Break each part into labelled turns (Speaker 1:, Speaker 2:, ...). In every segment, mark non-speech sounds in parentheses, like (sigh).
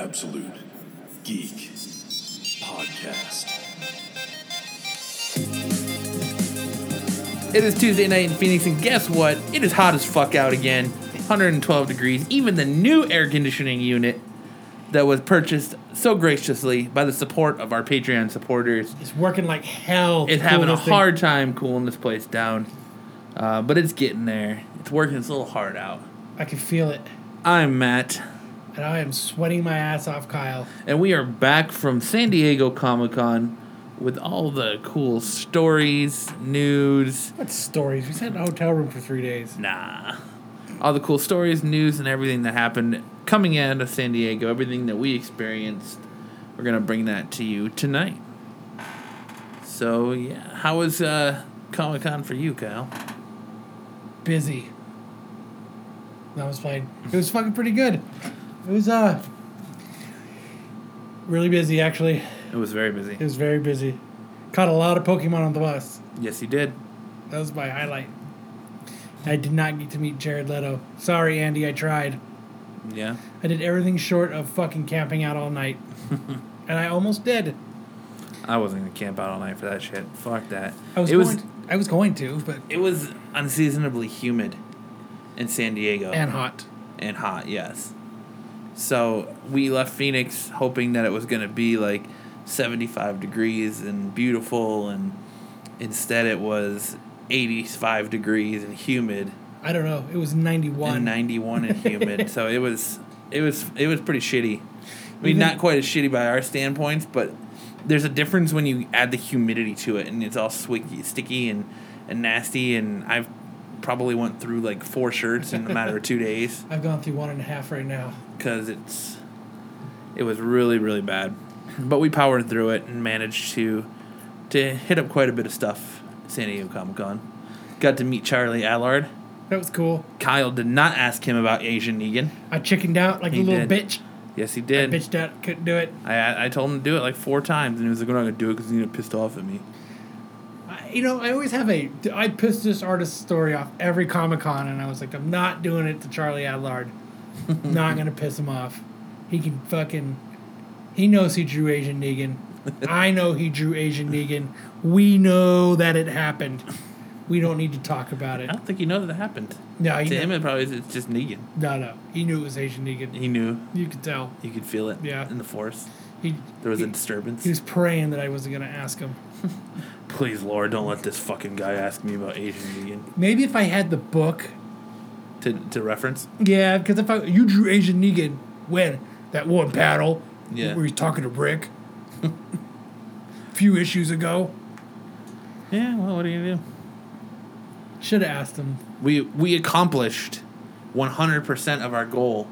Speaker 1: Absolute Geek Podcast.
Speaker 2: It is Tuesday night in Phoenix, and guess what? It is hot as fuck out again. 112 degrees. Even the new air conditioning unit that was purchased so graciously by the support of our Patreon supporters
Speaker 3: It's working like hell.
Speaker 2: is
Speaker 3: to cool
Speaker 2: having a
Speaker 3: this thing.
Speaker 2: hard time cooling this place down. Uh, but it's getting there. It's working its little heart out.
Speaker 3: I can feel it,
Speaker 2: I'm Matt,
Speaker 3: and I am sweating my ass off, Kyle.
Speaker 2: and we are back from San Diego Comic Con with all the cool stories, news,
Speaker 3: What stories? We sat in a hotel room for three days.
Speaker 2: Nah. All the cool stories, news, and everything that happened coming out of San Diego, everything that we experienced, we're gonna bring that to you tonight. So yeah, how was uh, Comic Con for you, Kyle?
Speaker 3: Busy. That was fine. It was fucking pretty good. It was uh really busy actually.
Speaker 2: It was very
Speaker 3: It
Speaker 2: busy.
Speaker 3: was very busy. Caught a lot of Pokemon on the bus.
Speaker 2: Yes, you did.
Speaker 3: That was my highlight. I did not get to meet Jared Leto. Sorry, Andy. I tried.
Speaker 2: Yeah.
Speaker 3: I did everything short of fucking camping out
Speaker 2: (laughs)
Speaker 3: all night, and I almost did.
Speaker 2: I wasn't gonna camp out all night for that shit. Fuck that.
Speaker 3: I was
Speaker 2: it
Speaker 3: going.
Speaker 2: was
Speaker 3: I was going to, but
Speaker 2: it was unseasonably humid in San Diego.
Speaker 3: and hot.
Speaker 2: and hot, yes. So we left Phoenix hoping that it was going to be like 75 degrees and beautiful, and instead it was 85 degrees and humid
Speaker 3: I don't know. It was
Speaker 2: and
Speaker 3: 91.
Speaker 2: 91 and humid. So it was it was it was pretty shitty. I mean,
Speaker 3: Even-
Speaker 2: not quite as shitty by our standpoints, but there's a difference when you add the humidity to it, and it's all swicky, sticky and and nasty. And I've probably went through like four shirts in a matter of two days
Speaker 3: I've gone through one and a half right now.
Speaker 2: because it's it was really really bad but we powered through it and managed to to hit up quite a bit of stuff at san diego comic-con got to meet charlie allard
Speaker 3: That was cool.
Speaker 2: kyle did not ask him about asian negan
Speaker 3: I chickened out like
Speaker 2: He
Speaker 3: a little
Speaker 2: did.
Speaker 3: bitch.
Speaker 2: yes he
Speaker 3: I
Speaker 2: did
Speaker 3: bitched out. Couldn't do it.
Speaker 2: I, I told him to do it like four times and he was like we're not gonna do it because he's gonna get pissed off at me
Speaker 3: I, you know, I always have a. I pissed this artist's story off every Comic Con, and I was like, I'm not doing it to Charlie
Speaker 2: (laughs)
Speaker 3: Adlard. not gonna piss him off. He can fucking. He knows he drew Asian
Speaker 2: (laughs)
Speaker 3: Negan. I know he drew Asian Negan. We know that it happened. We don't need to talk about it.
Speaker 2: i don't think you know that it happened
Speaker 3: No,
Speaker 2: to
Speaker 3: he
Speaker 2: him
Speaker 3: knew,
Speaker 2: it probably is it's just negan
Speaker 3: no, no. He knew it was Asian Negan.
Speaker 2: he knew
Speaker 3: You could tell.
Speaker 2: you could feel it
Speaker 3: Yeah.
Speaker 2: in the force
Speaker 3: He
Speaker 2: there was
Speaker 3: he,
Speaker 2: a disturbance
Speaker 3: he was praying that I wasn't gonna ask him.
Speaker 2: please lord don't let this fucking guy ask me about asian negan
Speaker 3: Maybe if I had the book,
Speaker 2: to, to reference
Speaker 3: yeah, because if I you drew Asian Negan when that one battle,
Speaker 2: Yeah.
Speaker 3: where he's talking to Rick, (laughs) a few issues ago,
Speaker 2: Yeah, well, what do you do?
Speaker 3: should have asked him.
Speaker 2: We we accomplished 100% of our goal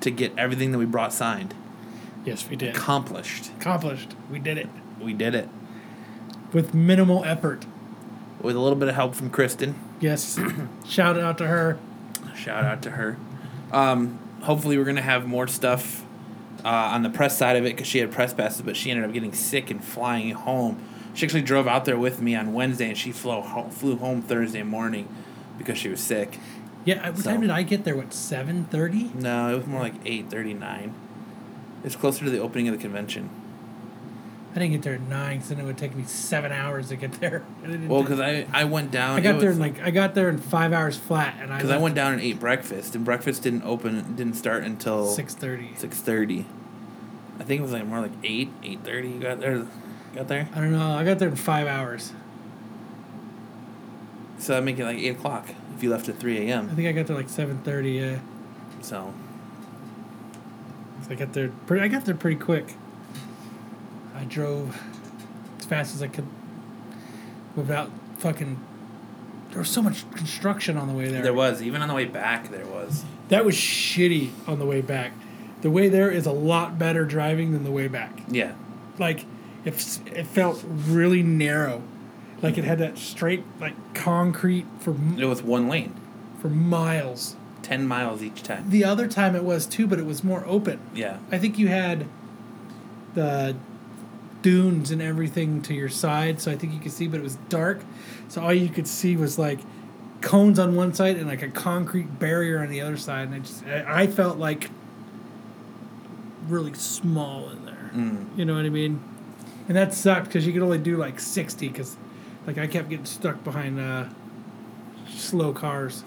Speaker 2: to get everything that we brought signed.
Speaker 3: Yes, we did.
Speaker 2: Accomplished.
Speaker 3: Accomplished. We did it
Speaker 2: We did it
Speaker 3: with minimal effort.
Speaker 2: with a little bit of help from Kristen. (clears throat)
Speaker 3: Yes, shout out to her.
Speaker 2: Shout out to her. Um, hopefully, we're gonna have more stuff uh, on the press side of it because she had press passes, but she ended up getting sick and flying home. She actually drove out there with me on Wednesday, and she flew ho- flew home Thursday morning because she was sick.
Speaker 3: Yeah, I- what
Speaker 2: So-
Speaker 3: time did I get there? What seven thirty?
Speaker 2: No, it was more like eight thirty nine. It's closer to the opening of the convention.
Speaker 3: I didn't get there at nine, so then it would take me seven hours to get there. (laughs) And I didn't
Speaker 2: Well,
Speaker 3: think-
Speaker 2: because I, I went down.
Speaker 3: I got there in like I got there in five hours flat, and I
Speaker 2: because I
Speaker 3: left
Speaker 2: went down and ate breakfast, and breakfast didn't open didn't start until
Speaker 3: six thirty.
Speaker 2: six thirty. I think it was like more like eight eight thirty. You got there, got there.
Speaker 3: I don't know. I got there in five hours.
Speaker 2: So I make it like eight o'clock if you left at three
Speaker 3: I
Speaker 2: a.m.
Speaker 3: think I got there like seven thirty. Yeah,
Speaker 2: So
Speaker 3: so I got there pretty. I got there pretty quick. I drove as fast as I could without fucking. There was so much construction on the way there.
Speaker 2: there was even on the way back there was.
Speaker 3: That was shitty on the way back. The way there is a lot better driving than the way back.
Speaker 2: Yeah,
Speaker 3: like if it felt really narrow like it had that straight like concrete for m-
Speaker 2: it was one lane,
Speaker 3: for miles
Speaker 2: ten miles each time.
Speaker 3: the other time it was too but it was more open
Speaker 2: Yeah,
Speaker 3: i think you had the dunes and everything to your side so i think you could see but it was dark so all you could see was like cones on one side and like a concrete barrier on the other side and i just i, I felt like really small in there. You know what I mean? And that sucked because you could only do like sixty because, like, I kept getting stuck behind uh, slow cars.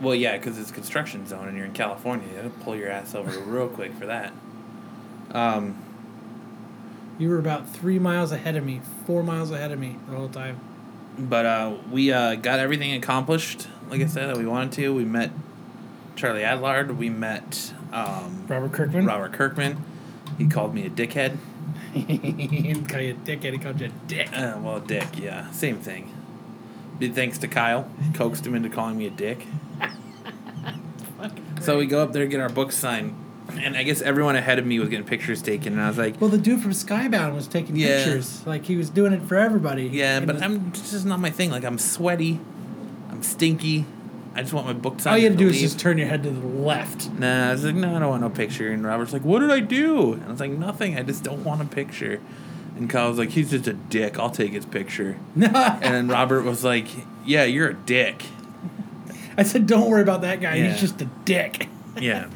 Speaker 2: Well, yeah, because it's construction zone and you're in California. They'll pull your ass over real quick for that. Um,
Speaker 3: You were about three miles ahead of me, four miles ahead of me the whole time.
Speaker 2: but uh, we uh, got everything accomplished, like I said, that we wanted to. We met Charlie Adlard. We met um,
Speaker 3: Robert Kirkman. (laughs)
Speaker 2: Robert Kirkman. He called me a dickhead.
Speaker 3: and call you a dickhead. He called you a dick.
Speaker 2: Uh, well, dick, yeah, same thing. Big thanks to Kyle, coaxed him into calling me a
Speaker 3: (laughs)
Speaker 2: dick. so we go up there get our books signed, and I guess everyone ahead of me was getting pictures taken, and I was like,
Speaker 3: Well, the dude from Skybound was taking
Speaker 2: Yeah.
Speaker 3: pictures. Like he was doing it for everybody.
Speaker 2: yeah,
Speaker 3: And
Speaker 2: but
Speaker 3: was-
Speaker 2: I'm this is not my thing. Like I'm sweaty, I'm stinky. I just want my book signed.
Speaker 3: all you had to
Speaker 2: and
Speaker 3: do is
Speaker 2: leave.
Speaker 3: just turn your head to the left. (laughs)
Speaker 2: Nah, I was like, no, I don't want no picture. And Robert's like, what did I do? And I was like, nothing. I just don't want a picture. And Kyle's like, he's just a dick. I'll take his picture. and then Robert was like, yeah, you're a dick.
Speaker 3: I said, "Don't worry about that guy.
Speaker 2: Yeah.
Speaker 3: He's just a dick."
Speaker 2: Yeah.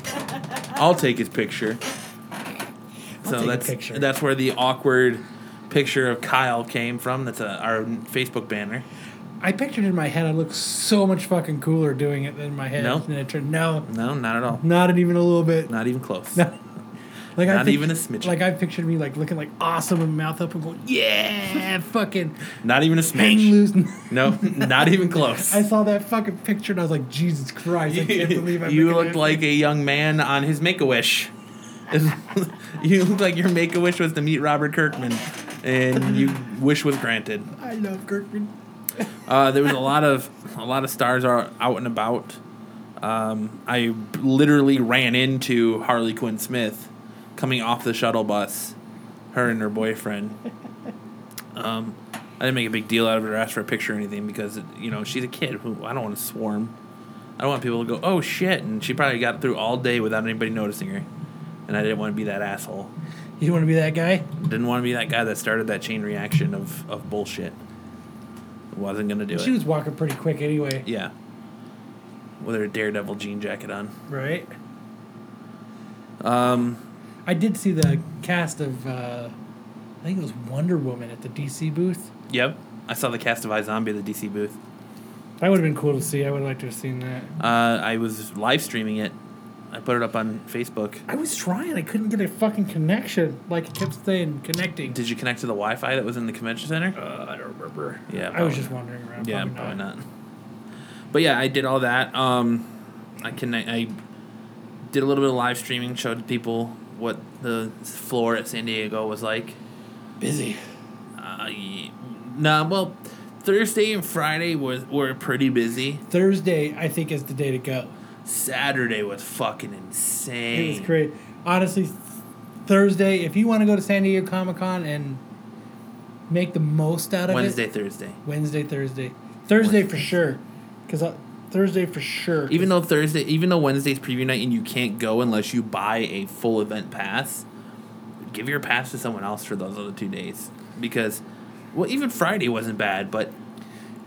Speaker 2: I'll take his picture.
Speaker 3: take
Speaker 2: So
Speaker 3: a
Speaker 2: that's
Speaker 3: picture.
Speaker 2: that's where the awkward picture of Kyle came from. That's a, our Facebook banner.
Speaker 3: I pictured in my head I looked so much fucking cooler doing it than my head.
Speaker 2: No.
Speaker 3: And it turned no,
Speaker 2: No, not at all.
Speaker 3: not even a little bit.
Speaker 2: Not even close.
Speaker 3: (laughs) No. Like
Speaker 2: Not
Speaker 3: pict-
Speaker 2: even a smidgen.
Speaker 3: Like I pictured me like looking like awesome and mouth up and going, yeah, (laughs) fucking
Speaker 2: Not even a
Speaker 3: hang
Speaker 2: smidge.
Speaker 3: loose.
Speaker 2: No, not even close.
Speaker 3: (laughs) I saw that fucking picture and I was like, Jesus Christ, I (laughs) can't believe I'm
Speaker 2: you
Speaker 3: looking
Speaker 2: looked
Speaker 3: at
Speaker 2: like a young man on his Make a Wish. (laughs) you looked like your Make a Wish was to meet Robert Kirkman, and you wish was granted.
Speaker 3: I love Kirkman.
Speaker 2: Uh, there was a lot of a lot of stars are out and about. Um, I literally ran into Harley Quinn Smith coming off the shuttle bus, her and her boyfriend. Um, I didn't make a big deal out of it or ask for a picture or anything because you know she's a kid. Who I don't want to swarm. I don't want people to go, oh shit, and she probably got through all day without anybody noticing her, and I didn't want to be that asshole.
Speaker 3: You want to be that guy?
Speaker 2: Didn't want to be that guy that started that chain reaction of of bullshit. Wasn't gonna do it.
Speaker 3: She was walking pretty quick anyway,
Speaker 2: Yeah. With her daredevil jean jacket on.
Speaker 3: right?
Speaker 2: Um,
Speaker 3: I did see the cast of, uh, I think it was Wonder Woman at the DC booth.
Speaker 2: yep. I saw the cast of iZombie at the DC booth.
Speaker 3: That would have been cool to see. I would have liked to have seen that.
Speaker 2: Uh, I was live streaming it. I put it up on Facebook.
Speaker 3: I was trying. I couldn't get a fucking connection. Like it kept saying connecting.
Speaker 2: Did you connect to the Wi Fi that was in the convention center?
Speaker 3: uh, I don't remember.
Speaker 2: Yeah,
Speaker 3: I was
Speaker 2: probably.
Speaker 3: just wandering around.
Speaker 2: yeah, probably, not. But yeah, I did all that. Um, I connect. I did a little bit of live streaming, showed people what the floor at San Diego was like.
Speaker 3: Busy.
Speaker 2: Uh, yeah. Nah, well, Thursday and Friday was were pretty busy.
Speaker 3: Thursday, I think, is the day to go.
Speaker 2: Saturday was fucking
Speaker 3: It
Speaker 2: insane.
Speaker 3: was great. Honestly, th- Thursday, if you want to go to San Diego Comic Con and make the most out of
Speaker 2: Wednesday,
Speaker 3: it,
Speaker 2: Thursday.
Speaker 3: Wednesday, Thursday, Thursday for
Speaker 2: Wednesday.
Speaker 3: sure, because Thursday for sure.
Speaker 2: Even though Thursday, even though Wednesday's preview night and you can't go unless you buy a full event pass, give your pass to someone else for those other two days because, well, even Friday wasn't bad, but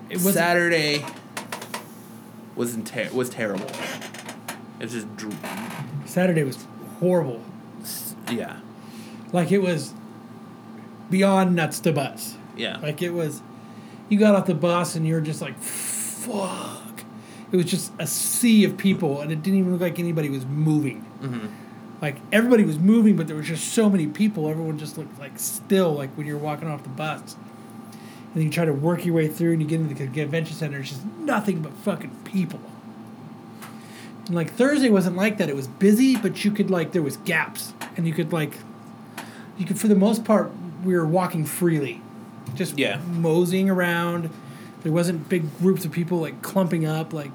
Speaker 3: It wasn't-
Speaker 2: Saturday was ter- was terrible. It was just dr-
Speaker 3: Saturday was horrible.
Speaker 2: s- yeah,
Speaker 3: Like it was beyond nuts to butts.
Speaker 2: yeah.
Speaker 3: Like it was, you got off the bus and you were just like, fuck. It was just a sea of people, and it didn't even look like anybody was moving. Like everybody was moving, but there was just so many people. Everyone just looked like still, like when you're walking off the bus. And you try to work your way through, and you get into the convention center. It's just nothing but fucking people. And like Thursday wasn't like that. It was busy, but you could like there was gaps, and you could like, you could for the most part we were walking freely, just
Speaker 2: Yeah.
Speaker 3: moseying around. There wasn't big groups of people like clumping up. Like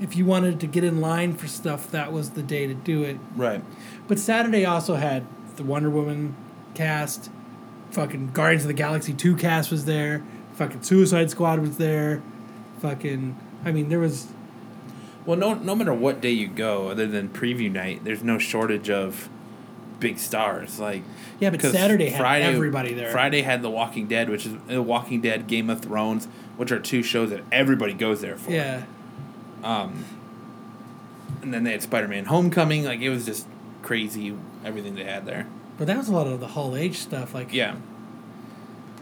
Speaker 3: if you wanted to get in line for stuff, that was the day to do it.
Speaker 2: right.
Speaker 3: But Saturday also had the Wonder Woman cast, fucking Guardians of the Galaxy 2 cast was there, fucking Suicide Squad was there, fucking I mean there was
Speaker 2: Well, no, no matter what day you go, other than preview night, there's no shortage of big stars. Like
Speaker 3: Yeah, but
Speaker 2: 'cause
Speaker 3: Saturday had everybody there.
Speaker 2: Friday had The Walking Dead, which is The Walking Dead, Game of Thrones, which are two shows that everybody goes there for.
Speaker 3: yeah.
Speaker 2: And then they had Spider Man Homecoming. Like it was just crazy everything they had there.
Speaker 3: But that was a lot of the Hall H stuff. Like,
Speaker 2: Yeah.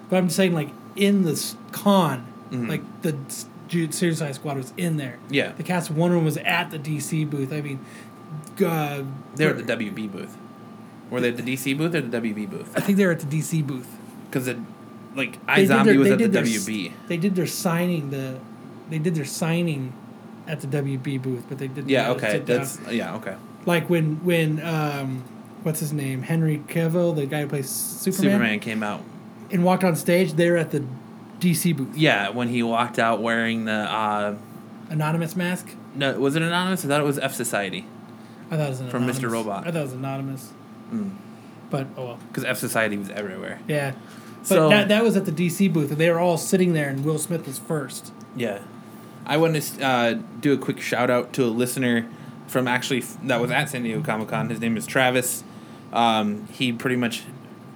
Speaker 3: But I'm saying like in this con, like the s- Ju- Suicide Squad was in there.
Speaker 2: Mm-hmm. Yeah.
Speaker 3: The cast of Wonder Woman was at the DC booth. I mean, g- uh,
Speaker 2: They were at the WB booth. Were they at the DC booth or the WB booth?
Speaker 3: I think they were at the DC booth.
Speaker 2: Because it, like,
Speaker 3: They did
Speaker 2: iZombie
Speaker 3: their-
Speaker 2: was
Speaker 3: they
Speaker 2: at the
Speaker 3: did their s-
Speaker 2: WB.
Speaker 3: They did their signing. The they did their signing at the WB booth, but they did
Speaker 2: Yeah, okay. That's, yeah, okay.
Speaker 3: like when when um, what's his name Henry Cavill, the guy who plays Superman,
Speaker 2: Superman came out.
Speaker 3: and walked on stage. They were at the DC booth.
Speaker 2: Yeah, when he walked out wearing the, uh,
Speaker 3: Anonymous mask.
Speaker 2: no, was it Anonymous? I thought it was F Society.
Speaker 3: I thought it was an
Speaker 2: From Mr.
Speaker 3: anonymous-
Speaker 2: Robot. Hmm.
Speaker 3: I thought it was anonymous. But oh well,
Speaker 2: Because F Society was everywhere.
Speaker 3: yeah. But
Speaker 2: So-
Speaker 3: that, that was at the DC booth, and they were all sitting there, and Will Smith was first.
Speaker 2: Yeah. I want to uh, do a quick shout out to a listener from actually f- that was at San Diego Comic Con. His name is Travis. Um, he pretty much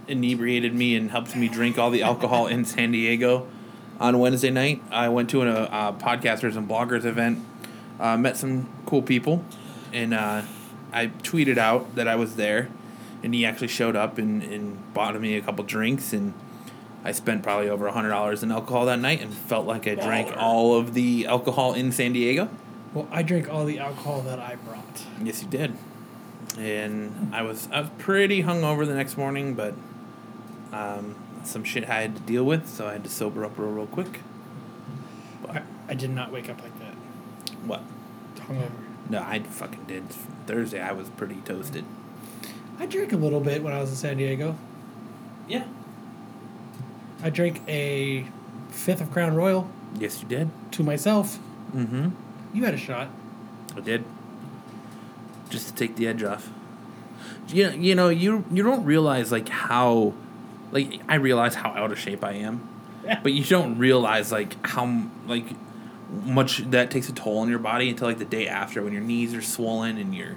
Speaker 2: inebriated me and helped me drink all the alcohol in San Diego on Wednesday night. I went to a uh, podcasters and bloggers event, uh, met some cool people, and uh, I tweeted out that I was there. And he actually showed up and, and bought me a couple drinks and I spent probably over hundred dollars in alcohol that night and felt like I drank all of the alcohol in San Diego.
Speaker 3: Well, I drank all the alcohol that I brought.
Speaker 2: Yes, you did. And I was I was pretty hungover the next morning, but um, some shit I had to deal with, so I had to sober up real real quick.
Speaker 3: I, I did not wake up like that.
Speaker 2: What?
Speaker 3: Hungover.
Speaker 2: No, I fucking did. Thursday I was pretty toasted.
Speaker 3: I drank a little bit when I was in San Diego.
Speaker 2: Yeah.
Speaker 3: I drank a fifth of Crown Royal
Speaker 2: Yes, you did.
Speaker 3: to myself.
Speaker 2: Mm-hmm.
Speaker 3: You had a shot.
Speaker 2: I did. Just to take the edge off. You, you know, you you don't realize like how like I realize how out of shape I am. But you don't realize like how m- like much that takes a toll on your body until like the day after when your knees are swollen and you're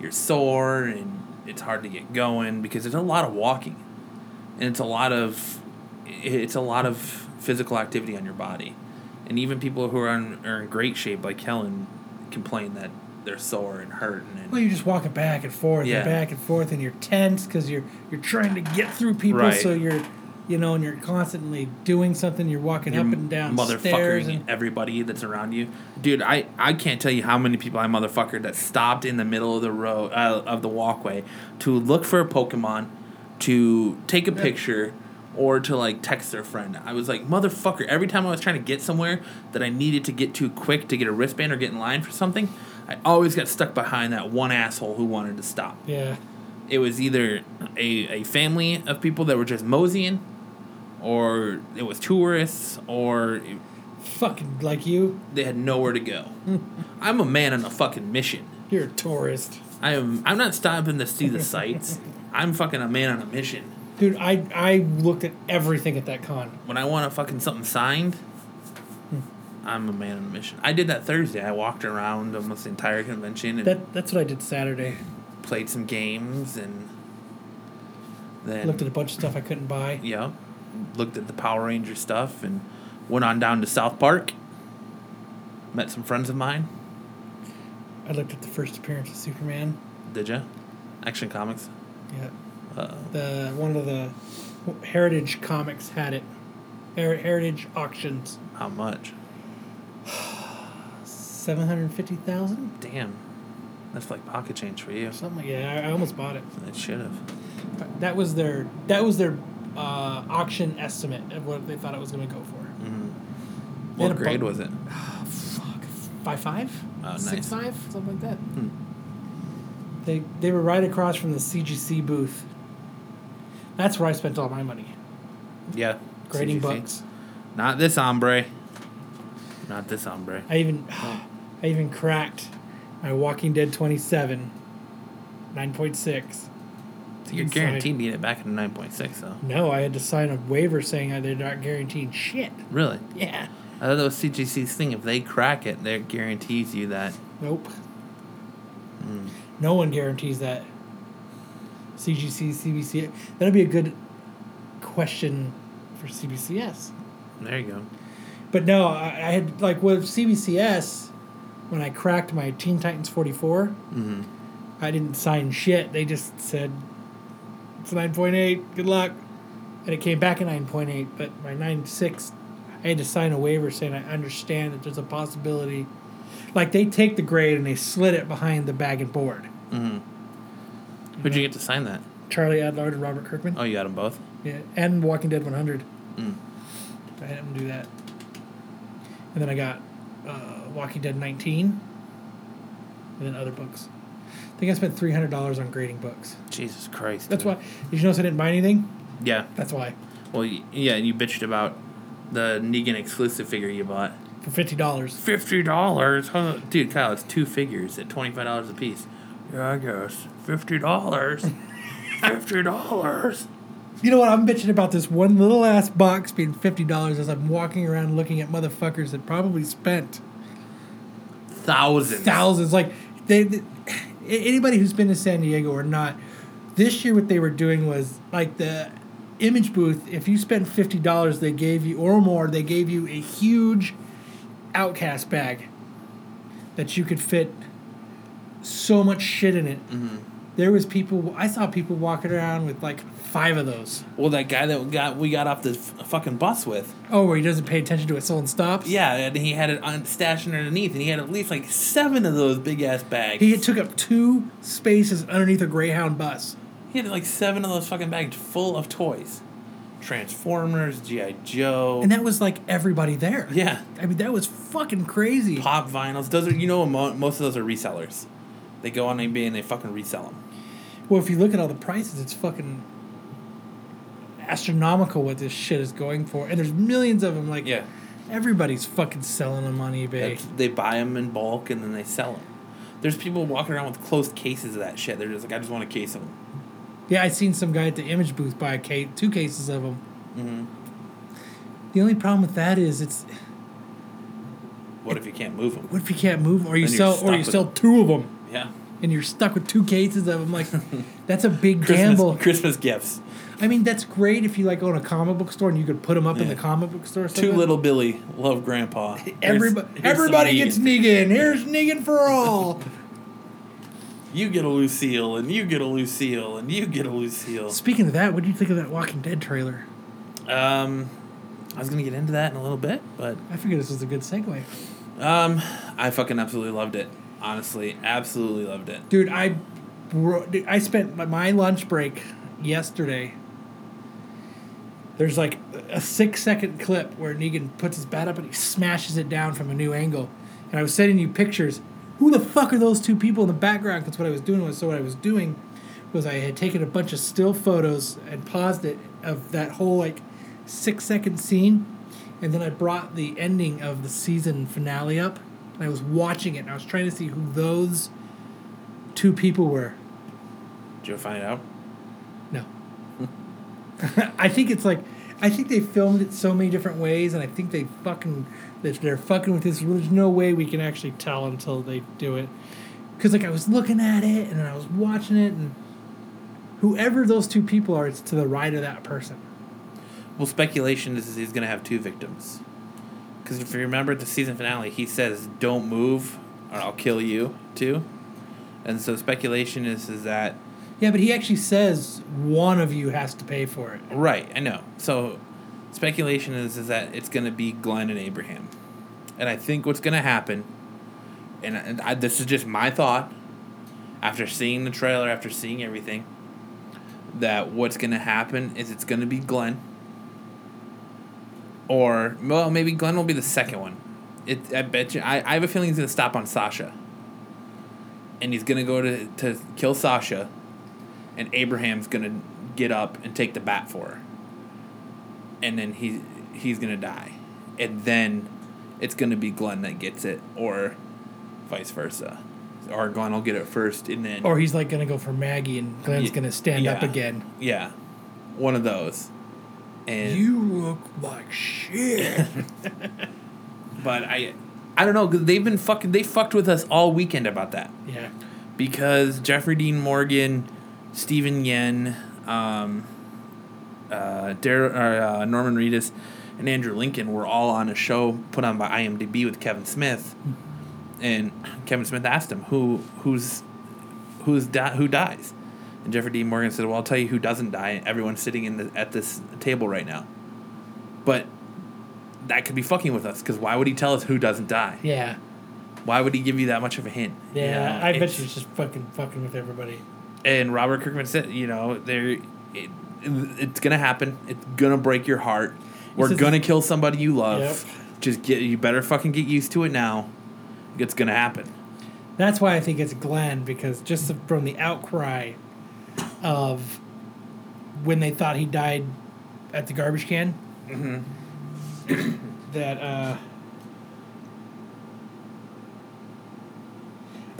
Speaker 2: you're sore and it's hard to get going because there's a lot of walking. And it's a lot of it's a lot of physical activity on your body. And even people who are in, are in great shape like Helen complain that they're sore and hurting and
Speaker 3: (laughs) Well, you're just walking back and forth
Speaker 2: Yeah.
Speaker 3: and back and forth, and you're tense because you're you're trying to get through people.
Speaker 2: Right.
Speaker 3: So you're, you know, and you're constantly doing something. You're walking up and down stairs,
Speaker 2: motherfuckering
Speaker 3: and
Speaker 2: everybody that's around you, dude. I, I can't tell you how many people I motherfuckered that stopped in the middle of the road uh, of the walkway to look for a Pokemon, to take a picture, or to like text their friend. I was like motherfucker. Every time I was trying to get somewhere that I needed to get to quick to get a wristband or get in line for something, I always got stuck behind that one asshole who wanted to stop
Speaker 3: yeah,
Speaker 2: it was either a, a family of people that were just moseying, or it was tourists, or
Speaker 3: fucking like you,
Speaker 2: they had nowhere to go. I'm a man on a fucking mission.
Speaker 3: you're a tourist,
Speaker 2: I am. I'm not stopping to see the sights. I'm fucking a man on a mission.
Speaker 3: dude. I I looked at everything at that con.
Speaker 2: When I want a fucking something signed, I'm a man on a mission. I did that Thursday. I walked around almost the entire convention and
Speaker 3: That that's what I did Saturday.
Speaker 2: played some games and then
Speaker 3: Looked at a bunch of stuff I couldn't buy.
Speaker 2: Yeah. Looked at the Power Ranger stuff and went on down to South Park. Met some friends of mine.
Speaker 3: I looked at the first appearance of Superman.
Speaker 2: Did ya? Action Comics.
Speaker 3: Yeah,
Speaker 2: Uh,
Speaker 3: the one of the Heritage Comics had it. Her- Heritage auctions,
Speaker 2: how much?
Speaker 3: seven hundred fifty thousand.
Speaker 2: Damn. That's like pocket change for you.
Speaker 3: Something like yeah, I, I almost bought it.
Speaker 2: I should have.
Speaker 3: But That was their that was their uh, auction estimate of what they thought it was going to go for.
Speaker 2: Mm-hmm. What
Speaker 3: a bu-
Speaker 2: grade was it?
Speaker 3: Fuck, five five,
Speaker 2: Oh, nice.
Speaker 3: six
Speaker 2: Hmm.
Speaker 3: five, something like that. They they were right across from the CGC booth. That's where I spent all my money
Speaker 2: Yeah.
Speaker 3: grading
Speaker 2: CGC.
Speaker 3: books.
Speaker 2: Not this hombre. Not this hombre.
Speaker 3: I even I even cracked my Walking Dead twenty seven. 9.6.
Speaker 2: So you're
Speaker 3: inside.
Speaker 2: guaranteed to get it back at a 9.6, though.
Speaker 3: No, I had to sign a waiver saying I- they're not guaranteeing shit.
Speaker 2: Really?
Speaker 3: Yeah.
Speaker 2: I thought that was CGC's thing. If they crack it, they guarantees you that.
Speaker 3: Nope. No one guarantees that. CGC, CBC. That'd be a good question for CBCS.
Speaker 2: There you go.
Speaker 3: But no, I, I had, like, with CBCS, when I cracked my Teen Titans 44, I didn't sign shit. They just said it's nine point eight. Good luck. And it came back at nine point eight, but my nine six, I had to sign a waiver saying I understand that there's a possibility. Like they take the grade and they slit it behind the bag and board.
Speaker 2: Who'd you get to sign that?
Speaker 3: Charlie Adlard and Robert Kirkman.
Speaker 2: Oh, you got them both.
Speaker 3: Yeah, and Walking Dead 100. I had him do that. And then I got uh, Walking Dead 19, and then other books. I think I spent three hundred dollars on grading books.
Speaker 2: Jesus Christ.
Speaker 3: That's
Speaker 2: dude.
Speaker 3: why. Did you notice I didn't buy anything?
Speaker 2: Yeah.
Speaker 3: That's why.
Speaker 2: Well, y- yeah, and you bitched about the Negan exclusive figure you bought.
Speaker 3: For fifty dollars.
Speaker 2: Fifty dollars, huh? Dude, Kyle, it's two figures at twenty five dollars a piece. Yeah, I guess fifty dollars. (laughs) fifty dollars.
Speaker 3: You know what? I'm bitching about this one little ass box being fifty dollars as I'm walking around looking at motherfuckers that probably spent
Speaker 2: Thousands.
Speaker 3: thousands. Like they, they- anybody who's been to San Diego or not, this year what they were doing was like the image booth. If you spent fifty dollars, they gave you or more. They gave you a huge Outcast bag that you could fit so much shit in it. There was people. I saw people walking around with like five of those.
Speaker 2: Well, that guy that we got we got off the f- fucking bus with.
Speaker 3: Oh, where he doesn't pay attention to it, someone stops.
Speaker 2: Yeah, and he had it on stashed underneath, and he had at least like seven of those big ass bags.
Speaker 3: He took up two spaces underneath a Greyhound bus.
Speaker 2: He had like seven of those fucking bags full of toys, Transformers, GI Joe,
Speaker 3: And that was like everybody there.
Speaker 2: Yeah.
Speaker 3: I mean, that was fucking crazy.
Speaker 2: pop vinyls. Those are you know mo- most of those are resellers. They go on eBay and they fucking resell them.
Speaker 3: Well, if you look at all the prices, it's fucking astronomical what this shit is going for. And there's millions of them. Like,
Speaker 2: Yeah.
Speaker 3: everybody's fucking selling them on eBay.
Speaker 2: That's- They buy them in bulk and then they sell them. There's people walking around with closed cases of that shit. They're just like, I just want a case of them.
Speaker 3: yeah, I seen some guy at the image booth buy a case, two cases of them.
Speaker 2: Mm-hmm.
Speaker 3: The only problem with that is it's
Speaker 2: What if you can't move them?
Speaker 3: what if you can't move 'em? or you
Speaker 2: Then you're
Speaker 3: sell
Speaker 2: stuck
Speaker 3: or you
Speaker 2: with
Speaker 3: sell
Speaker 2: them.
Speaker 3: two of them
Speaker 2: Yeah.
Speaker 3: and you're stuck with two cases of
Speaker 2: (laughs)
Speaker 3: them. Like, that's a big
Speaker 2: Christmas,
Speaker 3: gamble.
Speaker 2: Christmas gifts.
Speaker 3: I mean, that's great if you like own a comic book store and you could put them up in
Speaker 2: Yeah.
Speaker 3: the comic book store. or
Speaker 2: Too
Speaker 3: something.
Speaker 2: little Billy, love Grandpa. Here's-
Speaker 3: Everybody,
Speaker 2: here's some
Speaker 3: everybody
Speaker 2: Negan.
Speaker 3: gets Negan. Here's Negan for all.
Speaker 2: You get a Lucille, and you get a Lucille, and you get a Lucille.
Speaker 3: (laughs) Speaking of that, what do you think of that Walking Dead trailer?
Speaker 2: Um, I was gonna get into that in a little bit, but
Speaker 3: I figured this was a good segue.
Speaker 2: um, I fucking absolutely loved it. Honestly, absolutely loved it.
Speaker 3: Dude, I, bro- dude, I spent my- my lunch break yesterday. There's like a six second clip where Negan puts his bat up and he smashes it down from a new angle. And I was sending you pictures. Who the fuck are those two people in the background? Because what I was doing was so what I was doing was I had taken a bunch of still photos and paused it of that whole like six second scene, and then I brought the ending of the season finale up. And I was watching it and I was trying to see who those two people were.
Speaker 2: Did you find out?
Speaker 3: No. (laughs) I think it's like, I think they filmed it so many different ways, and I think they fucking, that they're fucking with this. There's no way we can actually tell until they do it. Because, like, I was looking at it, and then I was watching it, and whoever those two people are, it's to the right of that person.
Speaker 2: Well, speculation is he's gonna have two victims. Because if you remember at the season finale, he says, "Don't move, or I'll kill you too." And so speculation is is that
Speaker 3: Yeah, but he actually says one of you has to pay for it.
Speaker 2: right? I know. So speculation is is that it's gonna be Glenn and Abraham, and I think what's gonna happen, and, I- and I, this is just my thought, after seeing the trailer, after seeing everything, that what's gonna happen is it's gonna be Glenn. Or well, maybe Glenn will be the second one. It, I bet you. I, I have a feeling he's gonna stop on Sasha. And he's gonna go to to kill Sasha, and Abraham's gonna get up and take the bat for her. And then he he's gonna die, and then it's gonna be Glenn that gets it, or vice versa, or Glenn will get it first, and then
Speaker 3: Or he's like gonna go for Maggie, and Glenn's
Speaker 2: Ye-
Speaker 3: gonna stand up
Speaker 2: yeah.
Speaker 3: again.
Speaker 2: yeah, one of those. And
Speaker 3: You look like shit.
Speaker 2: but I, I don't know. 'cause They've been fucking. They fucked with us all weekend about that
Speaker 3: (laughs) yeah.
Speaker 2: because Jeffrey Dean Morgan, Stephen Yen, um, uh, Dar- or, uh, Norman Reedus, and Andrew Lincoln were all on a show put on by (clears throat) IMDb with Kevin Smith, and Kevin Smith asked him who who's who's di- who dies?" And Jeffrey Dean Morgan said, "Well, I'll tell you who doesn't die. Everyone's sitting in the, at this table right now." But that could be fucking with us because why would he tell us who doesn't die?
Speaker 3: Yeah.
Speaker 2: Why would he give you that much of a hint? You
Speaker 3: Yeah,
Speaker 2: know,
Speaker 3: I bet
Speaker 2: it's-
Speaker 3: you it's just fucking fucking with everybody.
Speaker 2: and Robert Kirkman said, you know, there, it, it's gonna happen. It's gonna break your heart. We're
Speaker 3: is-
Speaker 2: gonna kill somebody you love.
Speaker 3: Yep.
Speaker 2: Just get you better fucking get used to it now. It's gonna happen.
Speaker 3: That's why I think it's Glenn because just from the outcry of when they thought he died at the garbage can, that uh,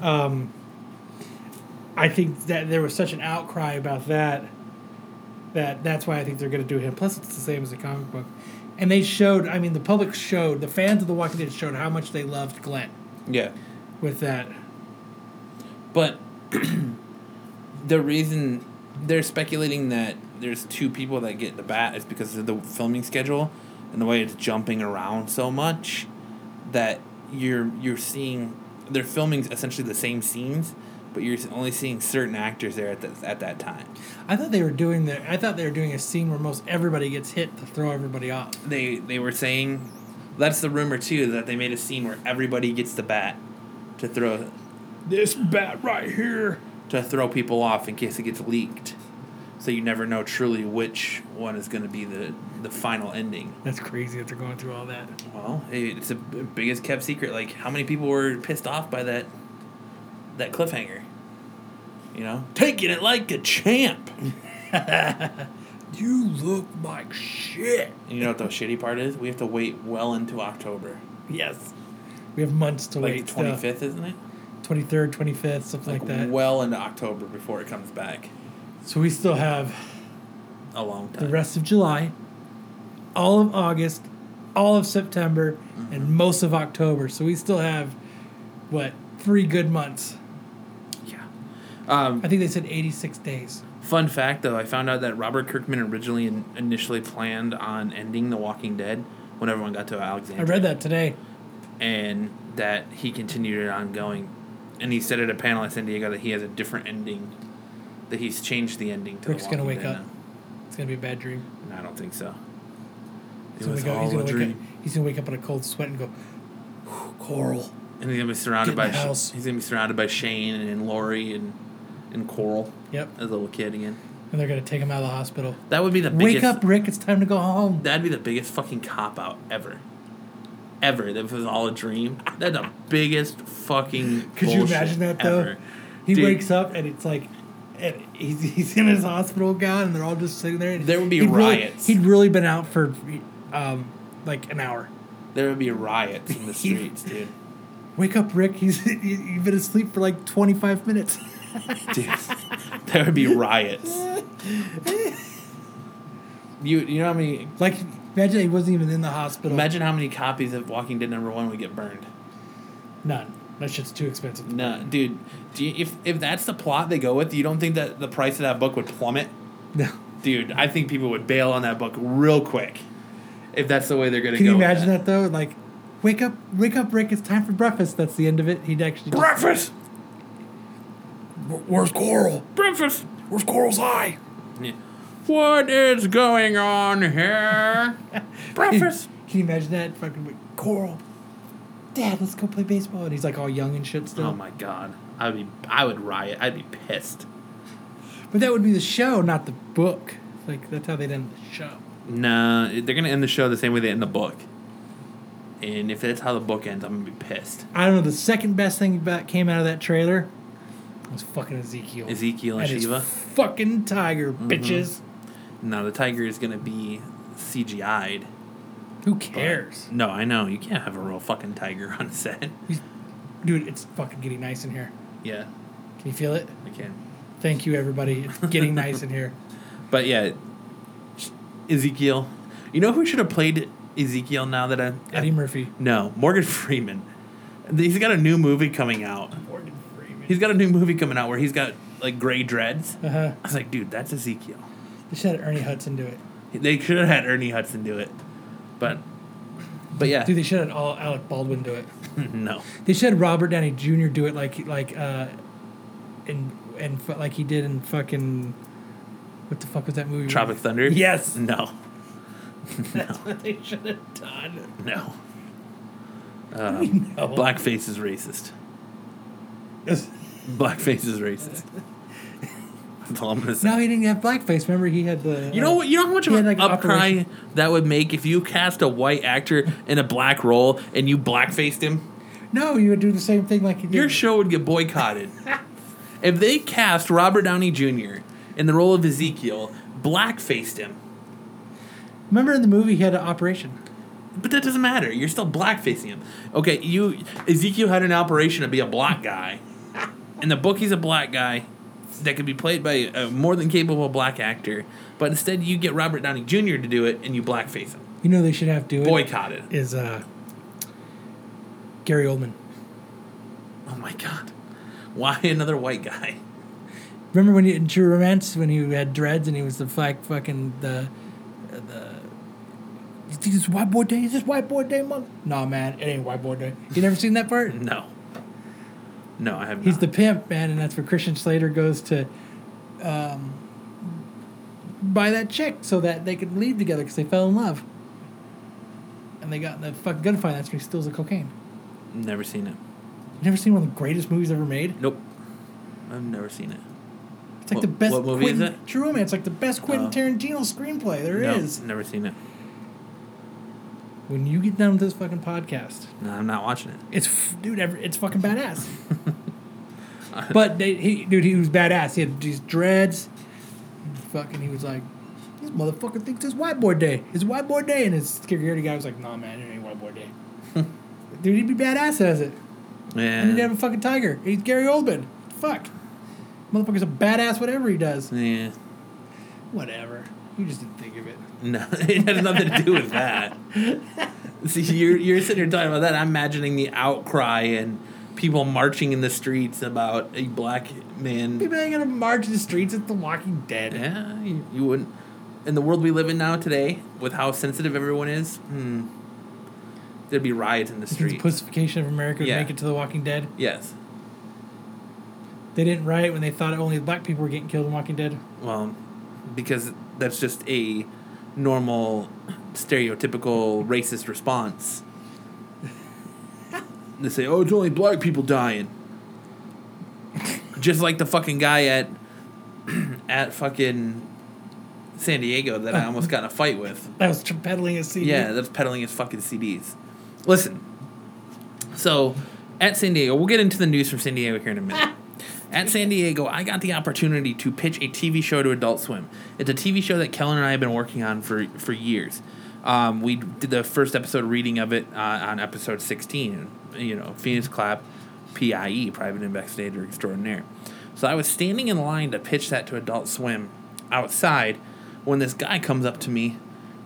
Speaker 3: um, I think that there was such an outcry about that that that's why I think they're going to do him. Plus, it's the same as a comic book, and they showed. I mean, the public showed the fans of The Walking Dead showed how much they loved Glenn
Speaker 2: Yeah,
Speaker 3: with that.
Speaker 2: but (clears throat) the reason they're speculating that there's two people that get the bat is because of the filming schedule and the way it's jumping around so much that you're you're seeing they're filming essentially the same scenes, but you're only seeing certain actors there at that at that time.
Speaker 3: I thought they were doing the. I thought they were doing a scene where most everybody gets hit to throw everybody off.
Speaker 2: they they were saying that's the rumor too that they made a scene where everybody gets the bat to throw
Speaker 3: This bat right here.
Speaker 2: to throw people off in case it gets leaked so you never know truly which one is going to be the the final ending
Speaker 3: That's crazy that they're going through all that.
Speaker 2: well it's the biggest kept secret like how many people were pissed off by that that cliffhanger you know taking it like a champ
Speaker 3: (laughs) You look like shit.
Speaker 2: and you know what the shitty part is we have to wait well into october
Speaker 3: Yes. We have months to
Speaker 2: like
Speaker 3: wait. uh,
Speaker 2: the 25th isn't it
Speaker 3: twenty third, twenty fifth, something like, that.
Speaker 2: well into october before it comes back
Speaker 3: so we still have
Speaker 2: a long time
Speaker 3: the rest of July, all of August, all of September, and
Speaker 2: Mm-hmm.
Speaker 3: most of October. So we still have what three good months.
Speaker 2: Yeah. Um,
Speaker 3: I think they said eighty six days.
Speaker 2: fun fact, though, I found out that Robert Kirkman originally in, initially planned on ending The Walking Dead when everyone got to Alexandria.
Speaker 3: I read that today.
Speaker 2: And that he continued it ongoing. And he said at a panel in San Diego that he has a different ending, that he's changed the ending to
Speaker 3: Rick's
Speaker 2: The
Speaker 3: gonna
Speaker 2: Walking
Speaker 3: wake
Speaker 2: Dead
Speaker 3: up. It's gonna be a bad dream.
Speaker 2: now. And I don't think so. It
Speaker 3: He's gonna,
Speaker 2: was
Speaker 3: wake up, he's,
Speaker 2: all a
Speaker 3: gonna wake up,
Speaker 2: dream.
Speaker 3: he's gonna wake up in a cold sweat and go, Coral.
Speaker 2: And he's gonna be surrounded
Speaker 3: Get
Speaker 2: by
Speaker 3: in the
Speaker 2: Sh-
Speaker 3: house.
Speaker 2: he's gonna be surrounded by Shane and Lori and and Coral
Speaker 3: Yep.
Speaker 2: as a little kid again.
Speaker 3: And they're gonna take him out of the hospital.
Speaker 2: That would be the
Speaker 3: Wake
Speaker 2: biggest
Speaker 3: up, Rick. It's time to go home.
Speaker 2: That'd be the biggest fucking cop out ever. Ever. That was all a dream. That's the biggest fucking.
Speaker 3: (laughs) Could you imagine that, though? He
Speaker 2: Dude.
Speaker 3: wakes up and it's like, and he's, (laughs) he's in his hospital gown and they're all just sitting there.
Speaker 2: There would be
Speaker 3: He'd really-
Speaker 2: riots.
Speaker 3: he'd really been out for um, like an hour.
Speaker 2: There would be riots
Speaker 3: (laughs)
Speaker 2: in the streets, dude.
Speaker 3: Wake up, Rick. (laughs) He's he- he's been asleep for like 25 minutes. (laughs)
Speaker 2: Dude, (laughs) there would be riots. You you know how many?
Speaker 3: like, imagine he wasn't even in the hospital.
Speaker 2: Imagine how many copies of Walking Dead number one would get burned.
Speaker 3: None. That shit's too expensive.
Speaker 2: No, dude. Do you, if if that's the plot they go with, you don't think that the price of that book would plummet?
Speaker 3: No.
Speaker 2: Dude, I think people would bail on that book real quick. If that's the way they're gonna
Speaker 3: Can
Speaker 2: go.
Speaker 3: you
Speaker 2: with
Speaker 3: imagine that. though? Like, wake up, wake up, Rick! It's time for breakfast. That's the end of it.
Speaker 2: (laughs)
Speaker 3: He'd actually. just-
Speaker 2: Breakfast.
Speaker 1: Where's Coral?
Speaker 2: Breakfast.
Speaker 1: Where's Coral's eye?
Speaker 2: What is going on
Speaker 1: (laughs)
Speaker 2: here? Breakfast.
Speaker 3: Can you imagine that? Fucking wait, Coral, Dad, let's go play baseball. And he's like all young and shit still.
Speaker 2: oh my god, I'd be, I would riot. I'd be pissed.
Speaker 3: but that would be the show, not the book. Like that's how they would end the show.
Speaker 2: Nah, they're gonna end the show the same way they end the book. And if that's how the book ends, I'm gonna be pissed.
Speaker 3: I don't know. The second best thing that came out of that trailer was fucking Ezekiel.
Speaker 2: Ezekiel and
Speaker 3: his
Speaker 2: Shiva. Mm-hmm.
Speaker 3: Fucking tiger, bitches.
Speaker 2: No, the tiger is gonna be CGI'd.
Speaker 3: Who
Speaker 2: but-
Speaker 3: cares,
Speaker 2: No, I know you can't have a real fucking tiger (laughs) on set.
Speaker 3: dude? It's fucking getting nice in here.
Speaker 2: yeah,
Speaker 3: Can you feel it?
Speaker 2: I can.
Speaker 3: Thank you, everybody. It's getting nice
Speaker 2: (laughs)
Speaker 3: in here.
Speaker 2: But yeah, Ezekiel. You know who should have played Ezekiel now that I.
Speaker 3: Eddie Murphy.
Speaker 2: No, Morgan Freeman. He's got a new movie coming out.
Speaker 3: Morgan Freeman.
Speaker 2: He's got a new movie coming out where he's got like gray dreads.
Speaker 3: Uh huh.
Speaker 2: I was like, dude, that's Ezekiel.
Speaker 3: They should have Ernie Hudson do it.
Speaker 2: They should have had Ernie Hudson do it, but but yeah,
Speaker 3: Dude, they should have had all Alec Baldwin do it.
Speaker 2: no.
Speaker 3: They should have Robert Downey Jr. do it like like uh, in and fu- like he did in fucking what the fuck was that movie?
Speaker 2: Tropic Thunder?
Speaker 3: Yes,
Speaker 2: No.
Speaker 3: that's what (laughs) they should have done.
Speaker 2: (laughs) No. (laughs)
Speaker 3: We
Speaker 2: Um,
Speaker 3: know.
Speaker 2: blackface is racist. Blackface is (laughs) racist. That's all I'm gonna say.
Speaker 3: No, he didn't have blackface. Remember, he had the. uh,
Speaker 2: You know what? You know how much of
Speaker 3: Yeah,
Speaker 2: an
Speaker 3: like an
Speaker 2: upcry
Speaker 3: operation.
Speaker 2: that would make if you cast a white actor in a black role and you blackfaced him.
Speaker 3: No, you would do the same thing like you did.
Speaker 2: Your show would get
Speaker 3: (laughs)
Speaker 2: boycotted. if they cast Robert Downey Jr. in the role of Ezekiel, blackfaced him,
Speaker 3: Remember in the movie, he had an operation.
Speaker 2: but that doesn't matter. You're still blackfacing him. Okay, you Ezekiel had an operation to be a black guy. In the book, he's a black guy that could be played by a more than capable black actor, but instead you get Robert Downey Jr. to do it and you blackface him.
Speaker 3: You know they should have do it.
Speaker 2: Boycotted.
Speaker 3: is uh, Gary Oldman.
Speaker 2: Oh my god. Why another white guy?
Speaker 3: Remember when he, in True Romance when he had dreads and he was the fuck fucking the uh, the. You think this is white boy day? Is this white boy day month? Nah, man, it ain't white boy day. You never seen
Speaker 2: (laughs)
Speaker 3: that part?
Speaker 2: No. No, I have
Speaker 3: He's
Speaker 2: not.
Speaker 3: the pimp, man, and that's where Christian Slater goes to um, buy that chick so that they could leave together because they fell in love. And they got in the fucking gunfight. That's when he steals the cocaine.
Speaker 2: never seen it.
Speaker 3: You never seen one of the greatest movies ever made?
Speaker 2: Nope. I've never seen it.
Speaker 3: It's like
Speaker 2: What-
Speaker 3: the best.
Speaker 2: what movie is
Speaker 3: Quentin,
Speaker 2: it?
Speaker 3: True Romance. Like the best Quentin
Speaker 2: Oh.
Speaker 3: Tarantino screenplay there
Speaker 2: no,
Speaker 3: is.
Speaker 2: Never seen it.
Speaker 3: When you get done with this fucking podcast,
Speaker 2: No, I'm not watching it.
Speaker 3: it's f- dude, every, it's fucking
Speaker 2: (laughs)
Speaker 3: badass. but they, he, dude, he was badass. He had these dreads. Fucking, he was like, this motherfucker thinks it's white boy day. It's white boy day, and his security guy was like, nah, man, it ain't white boy
Speaker 2: (laughs)
Speaker 3: day. dude, he'd be badass as it. And he'd have a
Speaker 2: Yeah.
Speaker 3: fucking tiger. He's Gary Oldman. Fuck, motherfucker's a badass. Whatever he does,
Speaker 2: Yeah.
Speaker 3: whatever. You just didn't think of it.
Speaker 2: No, (laughs) it has nothing to do with that. See, you're you're sitting here talking about that. I'm imagining the outcry and people marching in the streets about a black man.
Speaker 3: People ain't gonna march the streets at The Walking Dead.
Speaker 2: Yeah, you, you wouldn't. In the world we live in now today, with how sensitive everyone is, hmm, there'd be riots in the
Speaker 3: Since
Speaker 2: streets.
Speaker 3: pussification of America would
Speaker 2: Yeah.
Speaker 3: make it to The Walking Dead.
Speaker 2: Yes.
Speaker 3: They didn't riot when they thought only black people were getting killed in Walking Dead.
Speaker 2: Well, Um, because that's just a normal, stereotypical racist response. they say, "Oh, it's only black people dying," just like the fucking guy at (clears throat) at fucking San Diego that I almost got in a fight with.
Speaker 3: That was tr- peddling a CD.
Speaker 2: Yeah, that's peddling his fucking CDs. Listen, so at San Diego, we'll get into the news from San Diego here in a minute. at San Diego, I got the opportunity to pitch a TV show to Adult Swim. It's a TV show that Kellen and I have been working on for for years. Um, we did the first episode reading of it uh, on episode 16. You know, Phoenix Clap, PIE, Private Investigator Extraordinaire. So I was standing in line to pitch that to Adult Swim outside when this guy comes up to me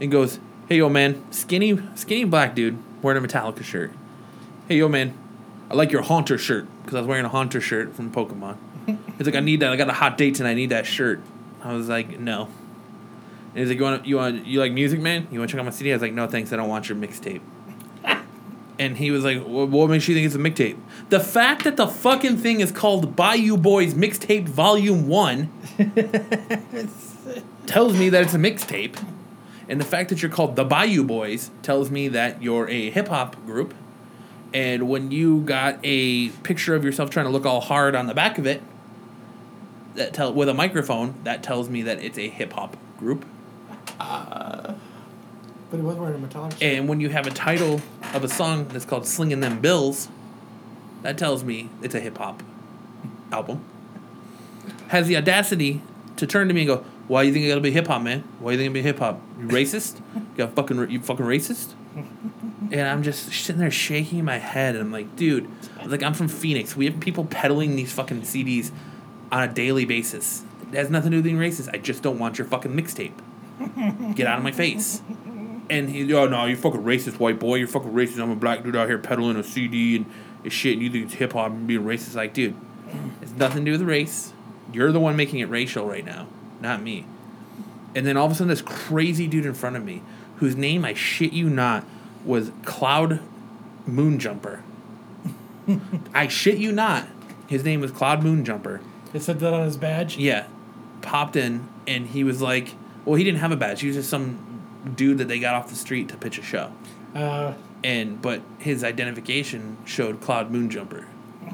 Speaker 2: and goes, "Hey, yo, man, skinny, skinny black dude wearing a Metallica shirt. Hey, yo, man, I like your Haunter shirt because I was wearing a Haunter shirt from Pokemon. He's like, I need that. I got a hot date tonight. I need that shirt. I was like, no. And he's like, you want, you want, you like music, man? You want to check out my CD? I was like, no, thanks. I don't want your mixtape. And he was like, "Wha- "What makes you think it's a mixtape?" The fact that the fucking thing is called "Bayou Boys Mixtape Volume One" tells me that it's a mixtape, and the fact that you're called the Bayou Boys tells me that you're a hip hop group. And when you got a picture of yourself trying to look all hard on the back of it, that tell with a microphone, that tells me that it's a hip hop group.
Speaker 3: But he was wearing a Metallica shirt.
Speaker 2: And when you have a title of a song that's called Slinging Them Bills, that tells me it's a hip hop album. Has the audacity to turn to me and go, Why you think it gotta be hip hop, man? Why you think it be hip hop? You racist? You got fucking you fucking racist? And I'm just sitting there shaking my head and I'm like, dude, I was like I'm from Phoenix. We have people peddling these fucking CDs on a daily basis. It has nothing to do with being racist. I just don't want your fucking mixtape. Get out of my face. And he, oh no, you fucking racist white boy, you're fucking racist. I'm a black dude out here peddling a CD and, and shit, and you think it's hip hop and being racist. Like, dude, it's nothing to do with race. You're the one making it racial right now, not me. And then all of a sudden, this crazy dude in front of me, whose name I shit you not, was Cloud (laughs) Moonjumper. I shit you not, his name was Cloud Moonjumper.
Speaker 3: It said that on his badge.
Speaker 2: Yeah, popped in, and he was like, well, he didn't have a badge. He was just some dude that they got off the street to pitch a show,
Speaker 3: Uh,
Speaker 2: and but his identification showed Cloud Moonjumper.
Speaker 3: what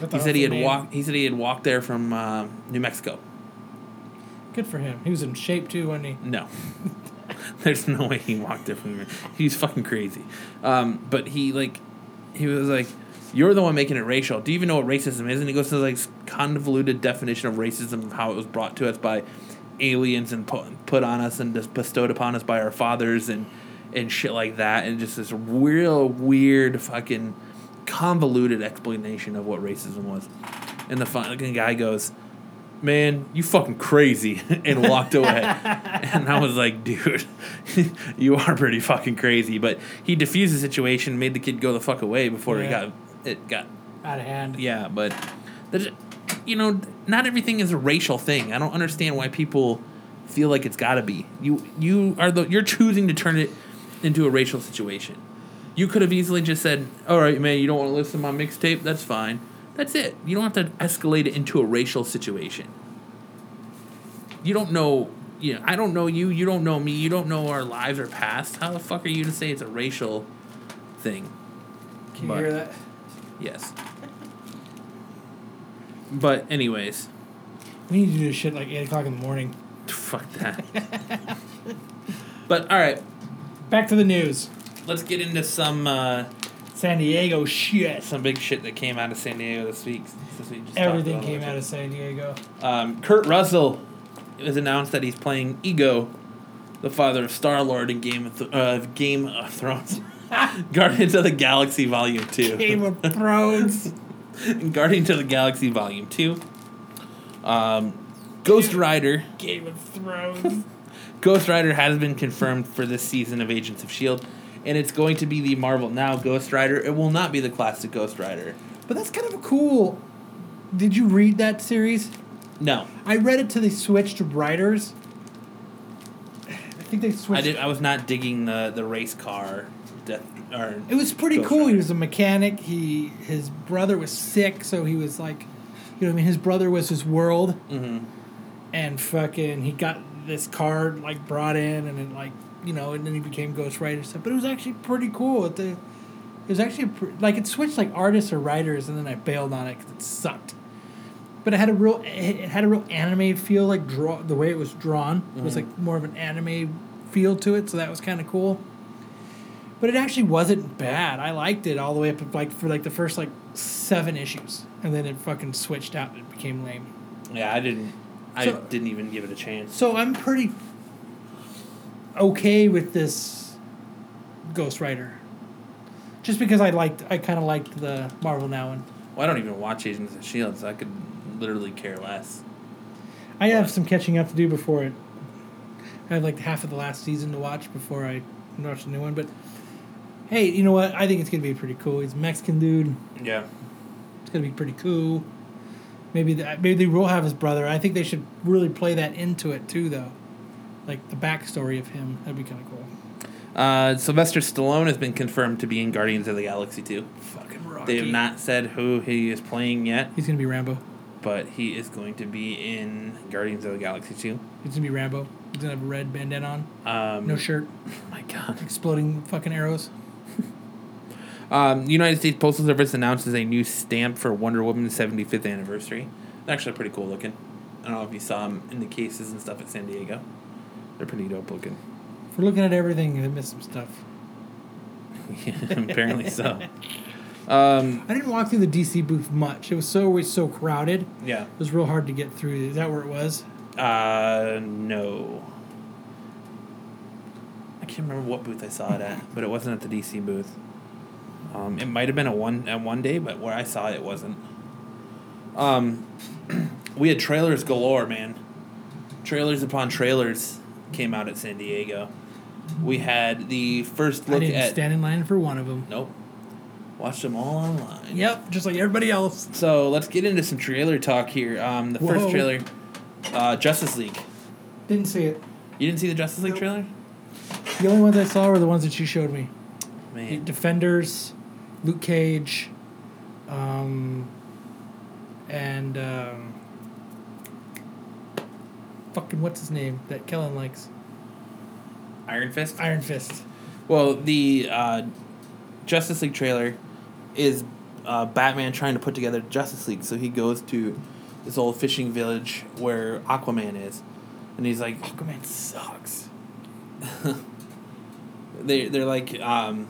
Speaker 3: the
Speaker 2: He
Speaker 3: hell's
Speaker 2: said he
Speaker 3: the
Speaker 2: had
Speaker 3: name?
Speaker 2: walked. He said he had walked there from um, New Mexico.
Speaker 3: Good for him. He was in shape too, wasn't he?
Speaker 2: No. (laughs) There's no way he walked it from me. He's fucking crazy. Um, but he like he was like, You're the one making it racial. Do you even know what racism is? And he goes to like this convoluted definition of racism of how it was brought to us by aliens and put, put on us and just bestowed upon us by our fathers and and shit like that and just this real weird fucking convoluted explanation of what racism was. And the fucking guy goes, man, you fucking crazy, (laughs) and walked away. and I was like, dude, (laughs) you are pretty fucking crazy. But he defused the situation, made the kid go the fuck away before
Speaker 3: Yeah.
Speaker 2: it got it got
Speaker 3: Out of hand.
Speaker 2: yeah. But there's, you know, not everything is a racial thing. I don't understand why people feel like it's got to be. You you are the you're choosing to turn it into a racial situation. You could have easily just said, "All right, man, you don't want to listen to my mixtape. That's fine. That's it. You don't have to escalate it into a racial situation." you don't know you know, I don't know you, you don't know me, you don't know our lives or past. How the fuck are you to say it's a racial thing?
Speaker 3: Can you
Speaker 2: But-
Speaker 3: hear that?
Speaker 2: Yes. But anyways,
Speaker 3: We need to do this shit like eight o'clock in the morning.
Speaker 2: fuck that. but all right,
Speaker 3: Back to the news.
Speaker 2: let's get into some uh,
Speaker 3: San Diego shit.
Speaker 2: some big shit that came out of San Diego this week. Since we just talked
Speaker 3: Everything
Speaker 2: about
Speaker 3: came
Speaker 2: it.
Speaker 3: out of San (laughs) Diego.
Speaker 2: Um, Kurt Russell it was announced that he's playing Ego, the father of Star Lord in Game of Th- uh, Game of
Speaker 3: (laughs)
Speaker 2: Thrones, Guardians of the Galaxy Volume Two.
Speaker 3: Game of Thrones.
Speaker 2: (laughs) Guardians of the Galaxy Volume Two. Um, Ghost Rider.
Speaker 3: Game of Thrones.
Speaker 2: Ghost Rider has been confirmed for this season of Agents of Shield, E and it's going to be the Marvel Now Ghost Rider. It will not be the classic Ghost Rider.
Speaker 3: (laughs) But that's kind of a cool. Did you read that series?
Speaker 2: No,
Speaker 3: I read it till they switched writers. I think they switched.
Speaker 2: I did. I was not digging the the race car. Death or
Speaker 3: It was pretty
Speaker 2: Ghost
Speaker 3: cool. He
Speaker 2: Rider.
Speaker 3: was a mechanic. He his brother was sick, so he was like, you know, what I mean, his brother was his world,
Speaker 2: Mhm.
Speaker 3: and fucking, he got this card like brought in, and it like, you know, and then he became Ghost Rider and stuff. But it was actually pretty cool. It, the, it was actually a pr- like it switched like artists or writers, and then I bailed on it because it sucked. But it had a real, it it had a real anime feel. Like draw the way it was drawn was like more of an anime feel to it, so that was kind of cool but it actually wasn't bad. I liked it all the way up like for like the first like seven issues, and then it fucking switched out and it became lame.
Speaker 2: Yeah, I didn't. I
Speaker 3: So-
Speaker 2: didn't even give it a chance.
Speaker 3: So I'm pretty okay with this Ghost Rider, just because I liked I kind of liked the Marvel Now one.
Speaker 2: Well, I don't even watch Agents of Shield, so I could literally care less.
Speaker 3: I have some catching up to do before it. I have like half of the last season to watch before I watch the new one, but. Hey, you know what? I think it's gonna be pretty cool. He's a Mexican dude.
Speaker 2: Yeah.
Speaker 3: It's gonna be pretty cool. Maybe that maybe they will have his brother. I think they should really play that into it too, though. Like the backstory of him, that'd be kind of cool.
Speaker 2: Uh, Sylvester Stallone has been confirmed to be in Guardians of the Galaxy 2.
Speaker 3: Fucking
Speaker 2: They have not said who he is playing yet,
Speaker 3: He's gonna be Rambo.
Speaker 2: but he is going to be in Guardians of the Galaxy 2.
Speaker 3: He's gonna be Rambo. He's gonna have a red bandana on,
Speaker 2: Um,
Speaker 3: no shirt,
Speaker 2: my God.
Speaker 3: exploding fucking arrows.
Speaker 2: Um, the United States Postal Service announces a new stamp for Wonder Woman's 75th anniversary. They're actually pretty cool looking. I don't know if you saw them in the cases and stuff at San Diego. They're pretty dope looking. (laughs)
Speaker 3: If we're looking at everything, they missed some stuff.
Speaker 2: Apparently so. Um,
Speaker 3: I didn't walk through the DC booth much. It was so always so crowded. It
Speaker 2: yeah.
Speaker 3: was real hard to get through. Is that where it was?
Speaker 2: Uh, no. I can't remember what booth I saw it at, but it wasn't at the DC booth. Um, it might have been a one at one day, but where I saw it, it wasn't. Um, (clears throat) we had trailers galore, man. Trailers upon trailers came out at San Diego. We had the first
Speaker 3: I
Speaker 2: look
Speaker 3: didn't
Speaker 2: at.
Speaker 3: stand in line for one of them.
Speaker 2: nope. Watched them all online.
Speaker 3: Yep, just like everybody else.
Speaker 2: So let's get into some trailer talk here. Um, the first
Speaker 3: Whoa.
Speaker 2: trailer, uh, Justice League.
Speaker 3: Didn't see it.
Speaker 2: You didn't see the Justice League
Speaker 3: Nope.
Speaker 2: trailer?
Speaker 3: The only ones I saw were the ones that you showed me.
Speaker 2: Man,
Speaker 3: Defenders, Luke Cage, um, and um, fucking what's his name that Kellen likes?
Speaker 2: Iron Fist.
Speaker 3: Iron Fist.
Speaker 2: Well, the uh, Justice League trailer is uh, Batman trying to put together Justice League. So he goes to this old fishing village where Aquaman is, and he's like,
Speaker 3: Aquaman (laughs) sucks.
Speaker 2: they they're like, um,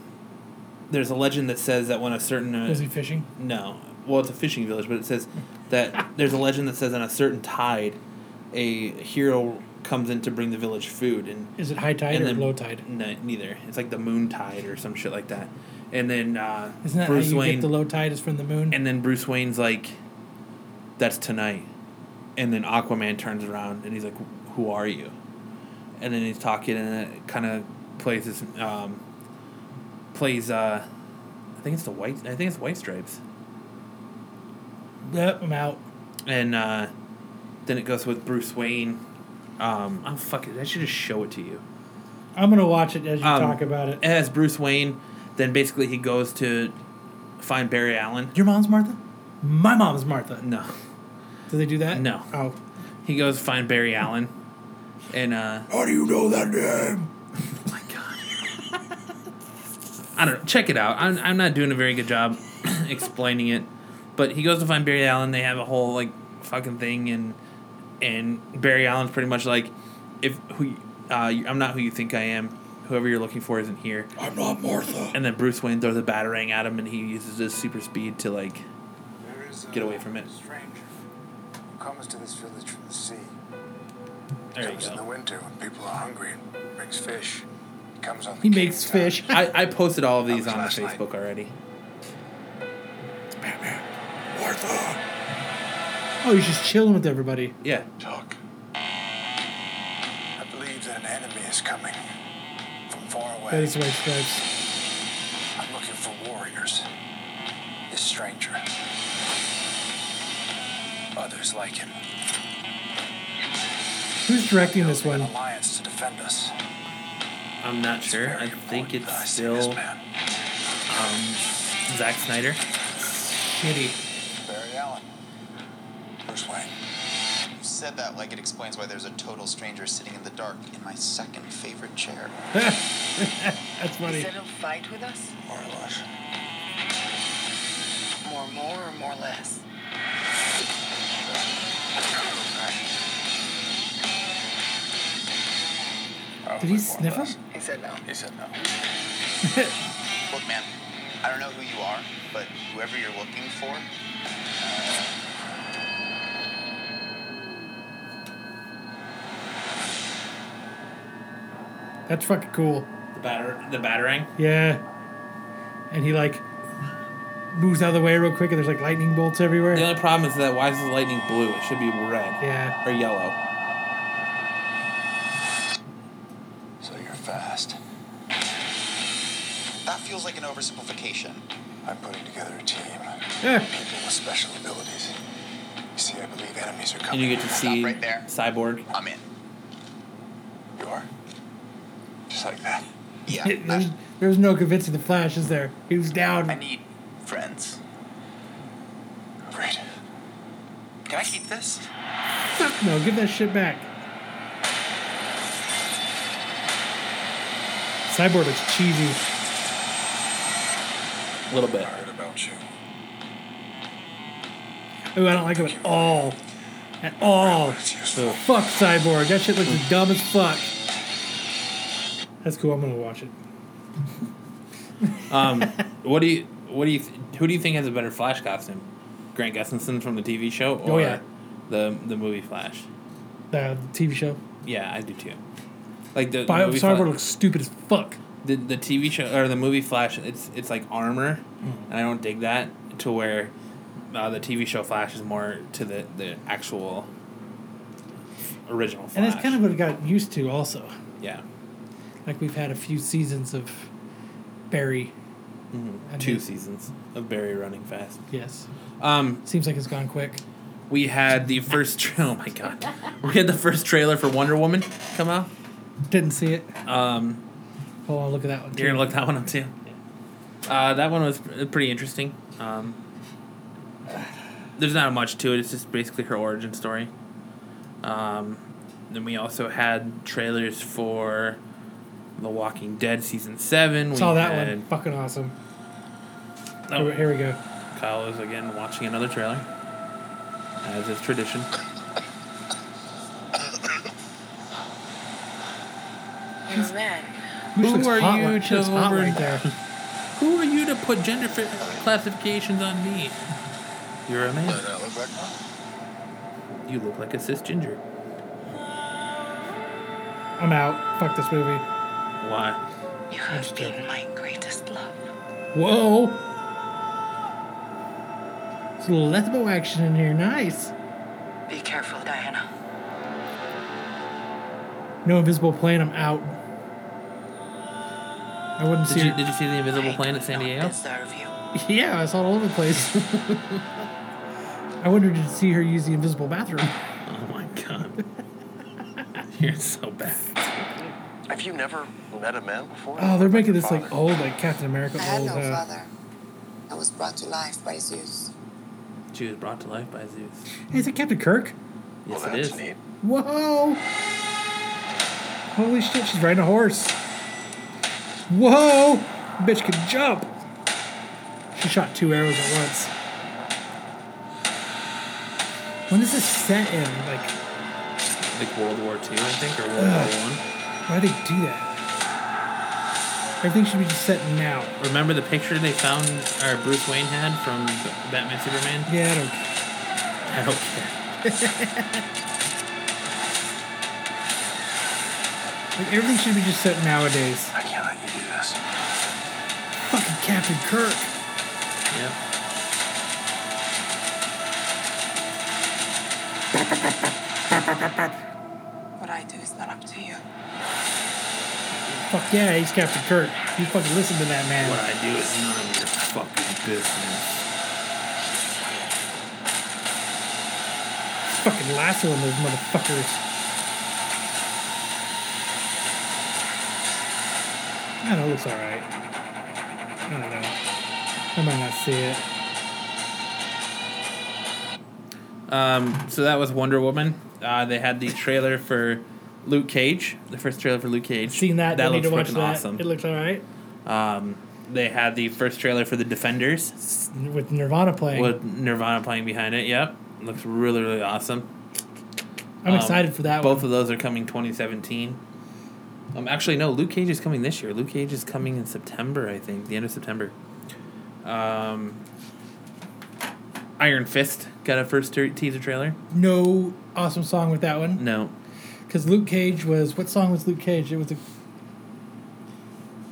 Speaker 2: there's a legend that says that when a certain uh,
Speaker 3: Was he fishing?
Speaker 2: no, well, it's a fishing village, but it says that there's a legend that says on a certain tide, a hero comes in to bring the village food and
Speaker 3: Is it high tide
Speaker 2: and
Speaker 3: or
Speaker 2: then-
Speaker 3: low tide?
Speaker 2: No, neither. It's like the moon tide or some shit like that. And then uh,
Speaker 3: Isn't that
Speaker 2: Bruce
Speaker 3: how you
Speaker 2: Wayne.
Speaker 3: get the low tide is from the moon?
Speaker 2: and then Bruce Wayne's like, "That's tonight." And then Aquaman turns around and he's like, "Who are you?" And then he's talking and it kind of plays this um, plays uh, I think it's the white I think it's White Stripes.
Speaker 3: Yep, I'm out.
Speaker 2: And uh, then it goes with Bruce Wayne. Um, I'm fucking. I should just show it to you.
Speaker 3: I'm gonna watch it as you
Speaker 2: Um,
Speaker 3: talk about it.
Speaker 2: as Bruce Wayne, then basically he goes to find Barry Allen. Your mom's Martha?
Speaker 3: My mom's Martha.
Speaker 2: No.
Speaker 3: Do they do that?
Speaker 2: No.
Speaker 3: Oh,
Speaker 2: He goes to find Barry Allen. And uh
Speaker 1: How do you know that name?
Speaker 2: my god. I don't know. Check it out. I'm I'm not doing a very good job (clears throat) explaining it. But he goes to find Barry Allen, they have a whole like fucking thing and and Barry Allen's pretty much like if who y- uh, you- I'm not who you think I am. Whoever you're looking for isn't here.
Speaker 1: I'm not Martha.
Speaker 2: And then Bruce Wayne throws a batarang at him, and he uses his super speed to like
Speaker 4: There is a
Speaker 2: Get away from it.
Speaker 4: Stranger who comes to this village from the sea.
Speaker 2: There you
Speaker 4: comes in the
Speaker 2: go.
Speaker 4: winter when people are hungry and makes fish. He comes on. The
Speaker 3: he makes
Speaker 4: king
Speaker 3: fish.
Speaker 2: I, I posted all of these on the
Speaker 4: Last night.
Speaker 2: Facebook already.
Speaker 1: Batman. Martha.
Speaker 3: Oh, he's just chilling with everybody.
Speaker 2: Yeah.
Speaker 4: Talk. I believe that an enemy is coming from far away.
Speaker 3: That is white stripes.
Speaker 4: I'm looking for warriors. This stranger. Others like him.
Speaker 3: Who's directing this
Speaker 4: Building
Speaker 3: one?
Speaker 4: An alliance to defend us.
Speaker 2: I'm not
Speaker 4: It's
Speaker 2: sure.
Speaker 4: very
Speaker 2: I think
Speaker 4: important that I
Speaker 2: it's
Speaker 4: see this
Speaker 2: still
Speaker 4: man.
Speaker 2: Zack Snyder.
Speaker 3: Shitty.
Speaker 4: Barry Allen. Bruce Wayne.
Speaker 5: You said that like it explains why there's a total stranger sitting in the dark in my second favorite chair.
Speaker 3: That's
Speaker 6: Is
Speaker 3: funny.
Speaker 6: that a fight with us?
Speaker 4: More or less.
Speaker 6: More, more, or more less?
Speaker 3: Did he sniff him?
Speaker 6: He said no.
Speaker 4: He said no.
Speaker 5: Look, man, I don't know who you are, but whoever you're looking for,
Speaker 3: That's fucking cool.
Speaker 2: The batter the batarang.
Speaker 3: Yeah. And he like moves out of the way real quick, and there's like lightning bolts everywhere.
Speaker 2: The only problem is that why is the lightning blue? It should be red
Speaker 3: Yeah.
Speaker 2: or yellow.
Speaker 4: So you're fast.
Speaker 5: that feels like an oversimplification.
Speaker 4: I'm putting together a team.
Speaker 3: Eh.
Speaker 4: People with special abilities. You see, I believe enemies are
Speaker 2: And
Speaker 4: coming.
Speaker 2: you get to see
Speaker 5: right there.
Speaker 2: Cyborg.
Speaker 5: I'm in.
Speaker 4: You are? Just like that.
Speaker 5: Yeah.
Speaker 3: It-
Speaker 5: I,
Speaker 3: Eh. there's, there was no convincing the Flash, is there? He was
Speaker 5: I
Speaker 3: down. (laughs)
Speaker 5: need friends.
Speaker 4: Great.
Speaker 5: Can I keep this?
Speaker 3: Fuck no, give that shit back. Cyborg looks cheesy.
Speaker 2: A little
Speaker 4: I
Speaker 2: bit.
Speaker 4: heard about you.
Speaker 3: Ooh, I don't like him at all. At all.
Speaker 4: It's useful.
Speaker 3: Fuck Cyborg. That shit looks dumb as fuck. That's cool. I'm gonna watch it.
Speaker 2: What do you what do you th- who do you think has a better Flash costume? Grant Gustinson from the TV show or
Speaker 3: Oh, yeah.
Speaker 2: the the movie Flash?
Speaker 3: Uh, The TV show.
Speaker 2: Yeah, I do too. Like the, the
Speaker 3: Bio
Speaker 2: movie
Speaker 3: Cyborg
Speaker 2: Flash-
Speaker 3: looks stupid as fuck.
Speaker 2: the, the TV show or the movie Flash, it's it's like armor,
Speaker 3: Mm.
Speaker 2: and I don't dig that. To where uh, the TV show Flash is more to the the actual original. Flash.
Speaker 3: And that's kind of what I got used to, also.
Speaker 2: yeah,
Speaker 3: Like we've had a few seasons of Barry. I
Speaker 2: two
Speaker 3: mean,
Speaker 2: seasons of Barry running fast.
Speaker 3: Yes.
Speaker 2: Um,
Speaker 3: Seems like it's gone quick.
Speaker 2: we had the first (laughs) tra- oh my god, we had the first trailer for Wonder Woman come out.
Speaker 3: Didn't see it. Um. Hold on, look at that one.
Speaker 2: You're
Speaker 3: too.
Speaker 2: gonna look that one up too. Uh, that one was pr- pretty interesting. Um, there's not much to it. It's just basically her origin story. Um, Then we also had trailers for The Walking Dead season seven.
Speaker 3: Saw
Speaker 2: we
Speaker 3: that
Speaker 2: had,
Speaker 3: one. Fucking awesome.
Speaker 2: Oh.
Speaker 3: Here, here we go.
Speaker 2: Kyle is again watching another trailer, as is tradition.
Speaker 6: Young man.
Speaker 3: Who
Speaker 2: are you to
Speaker 3: It's hot
Speaker 2: over-
Speaker 3: right there.
Speaker 2: Who are you to put gender fi- classifications on me? You're a man.
Speaker 4: I look like?
Speaker 2: You look like a cis ginger.
Speaker 3: I'm out. Fuck this movie.
Speaker 2: Why?
Speaker 6: You have
Speaker 3: That's
Speaker 6: been
Speaker 3: different.
Speaker 6: my greatest love.
Speaker 3: Whoa. It's a little lesbo action in here. Nice.
Speaker 6: Be careful, Diana.
Speaker 3: No invisible plane. I'm out. I wouldn't
Speaker 2: Did
Speaker 3: see
Speaker 2: you, did you see the Invisible Plane at San
Speaker 6: I do
Speaker 2: Diego?
Speaker 6: not deserve you.
Speaker 3: (laughs) Yeah, it's all over the place. (laughs) I wondered to see her use the invisible bathroom.
Speaker 2: Oh my god. (laughs) You're so bad.
Speaker 7: Have you never met a man before?
Speaker 3: Oh, they're making this like
Speaker 7: Father.
Speaker 3: old, like Captain America
Speaker 8: I had
Speaker 3: old.
Speaker 8: no
Speaker 3: uh,
Speaker 8: father. I was brought to life by Zeus.
Speaker 2: She was brought to life by Zeus.
Speaker 3: hey, is it Captain Kirk?
Speaker 7: Well,
Speaker 2: Yes, it
Speaker 7: that's
Speaker 2: is.
Speaker 7: neat.
Speaker 3: Whoa! Holy shit, she's riding a horse. Whoa! Bitch can jump. She shot two arrows at once. When is this set in? Like,
Speaker 2: Like World War II, I think, or World War
Speaker 3: why do they do that? Everything should be just set now.
Speaker 2: One. Remember the picture they found, or Bruce Wayne had from Batman Superman?
Speaker 3: Yeah, I don't care.
Speaker 2: (laughs) I don't care.
Speaker 3: Like, everything should be just set nowadays.
Speaker 7: I can't let you do this.
Speaker 3: Fucking Captain Kirk.
Speaker 2: Yeah.
Speaker 6: What I do is not up to you.
Speaker 3: Fuck yeah, he's Captain Kirk. You fucking listen to that man.
Speaker 2: What I do is none of your fucking business.
Speaker 3: Fucking lassoing those motherfuckers. I don't know, it looks alright. I don't know. I might not see it.
Speaker 2: Um, so that was Wonder Woman. Uh, they had the trailer for Luke Cage, the first trailer for Luke Cage.
Speaker 3: Seen that,
Speaker 2: That
Speaker 3: don't need
Speaker 2: looks
Speaker 3: to watch
Speaker 2: fucking
Speaker 3: that.
Speaker 2: awesome.
Speaker 3: It looks alright.
Speaker 2: um, they had the first trailer for the Defenders
Speaker 3: With Nirvana playing.
Speaker 2: with Nirvana playing behind it. Yep, looks really really awesome.
Speaker 3: I'm
Speaker 2: Um,
Speaker 3: excited for that
Speaker 2: Both
Speaker 3: one.
Speaker 2: of those are coming 2017. Um, actually no, Luke Cage is coming this year. Luke Cage is coming in September, I think, the end of September. Um, Iron Fist got a first ter- teaser trailer.
Speaker 3: No awesome song with that one.
Speaker 2: No,
Speaker 3: Because Luke Cage was what song was Luke Cage? It was a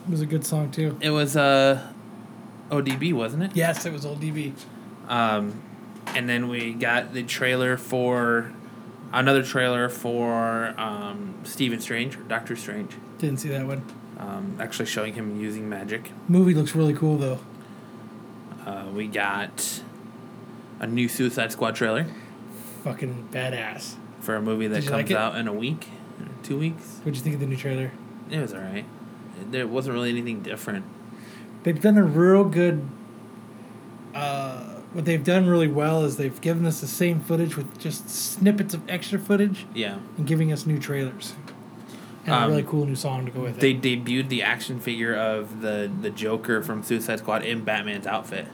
Speaker 3: it was a good song too.
Speaker 2: it was uh, ODB, wasn't it?
Speaker 3: Yes, it was old DB.
Speaker 2: Um, and then we got the trailer for another trailer for um, Stephen Strange or Doctor Strange,
Speaker 3: Didn't see that one.
Speaker 2: um, actually showing him using magic.
Speaker 3: Movie looks really cool though.
Speaker 2: Uh, we got a new Suicide Squad trailer
Speaker 3: Fucking badass.
Speaker 2: for a movie that
Speaker 3: Did you
Speaker 2: comes
Speaker 3: like it?
Speaker 2: out in a week, or two weeks.
Speaker 3: What'd you think of the new trailer?
Speaker 2: It was alright. There wasn't really anything different.
Speaker 3: They've done a real good. Uh, what they've done really well is they've given us the same footage with just snippets of extra footage
Speaker 2: Yeah.
Speaker 3: and giving us new trailers. And a
Speaker 2: Um,
Speaker 3: really cool new song to go with
Speaker 2: They
Speaker 3: it.
Speaker 2: debuted the action figure of the, the Joker from Suicide Squad in Batman's outfit.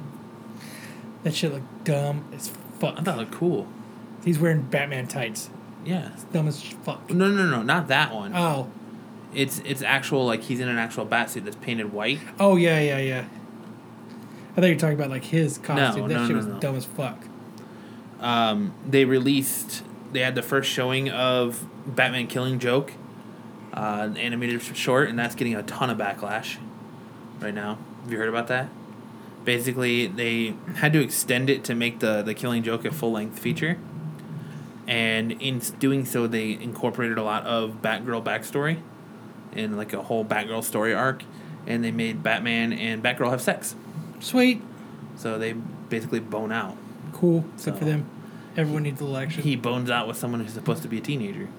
Speaker 3: That shit looked dumb as fuck.
Speaker 2: I thought it looked cool.
Speaker 3: He's wearing Batman tights.
Speaker 2: Yeah.
Speaker 3: Dumb as fuck.
Speaker 2: No, no, no, not that one.
Speaker 3: Oh.
Speaker 2: It's it's actual like he's in an actual bat suit that's painted white.
Speaker 3: Oh, yeah, yeah, yeah. I thought you were talking about like his costume. that
Speaker 2: no,
Speaker 3: shit
Speaker 2: no,
Speaker 3: was
Speaker 2: no.
Speaker 3: dumb as fuck.
Speaker 2: Um, they released they had the first showing of Batman Killing Joke, uh, an animated sh- short, and that's getting a ton of backlash right now. Have you heard about that? Basically, they had to extend it to make the the Killing Joke a full length feature, and in s- doing so, they incorporated a lot of Batgirl backstory, and like a whole Batgirl story arc, and they made Batman and Batgirl have sex.
Speaker 3: Sweet.
Speaker 2: So they basically bone out.
Speaker 3: Cool. Good for
Speaker 2: So-
Speaker 3: them. Everyone needs a little action.
Speaker 2: He bones out with someone who's supposed to be a teenager.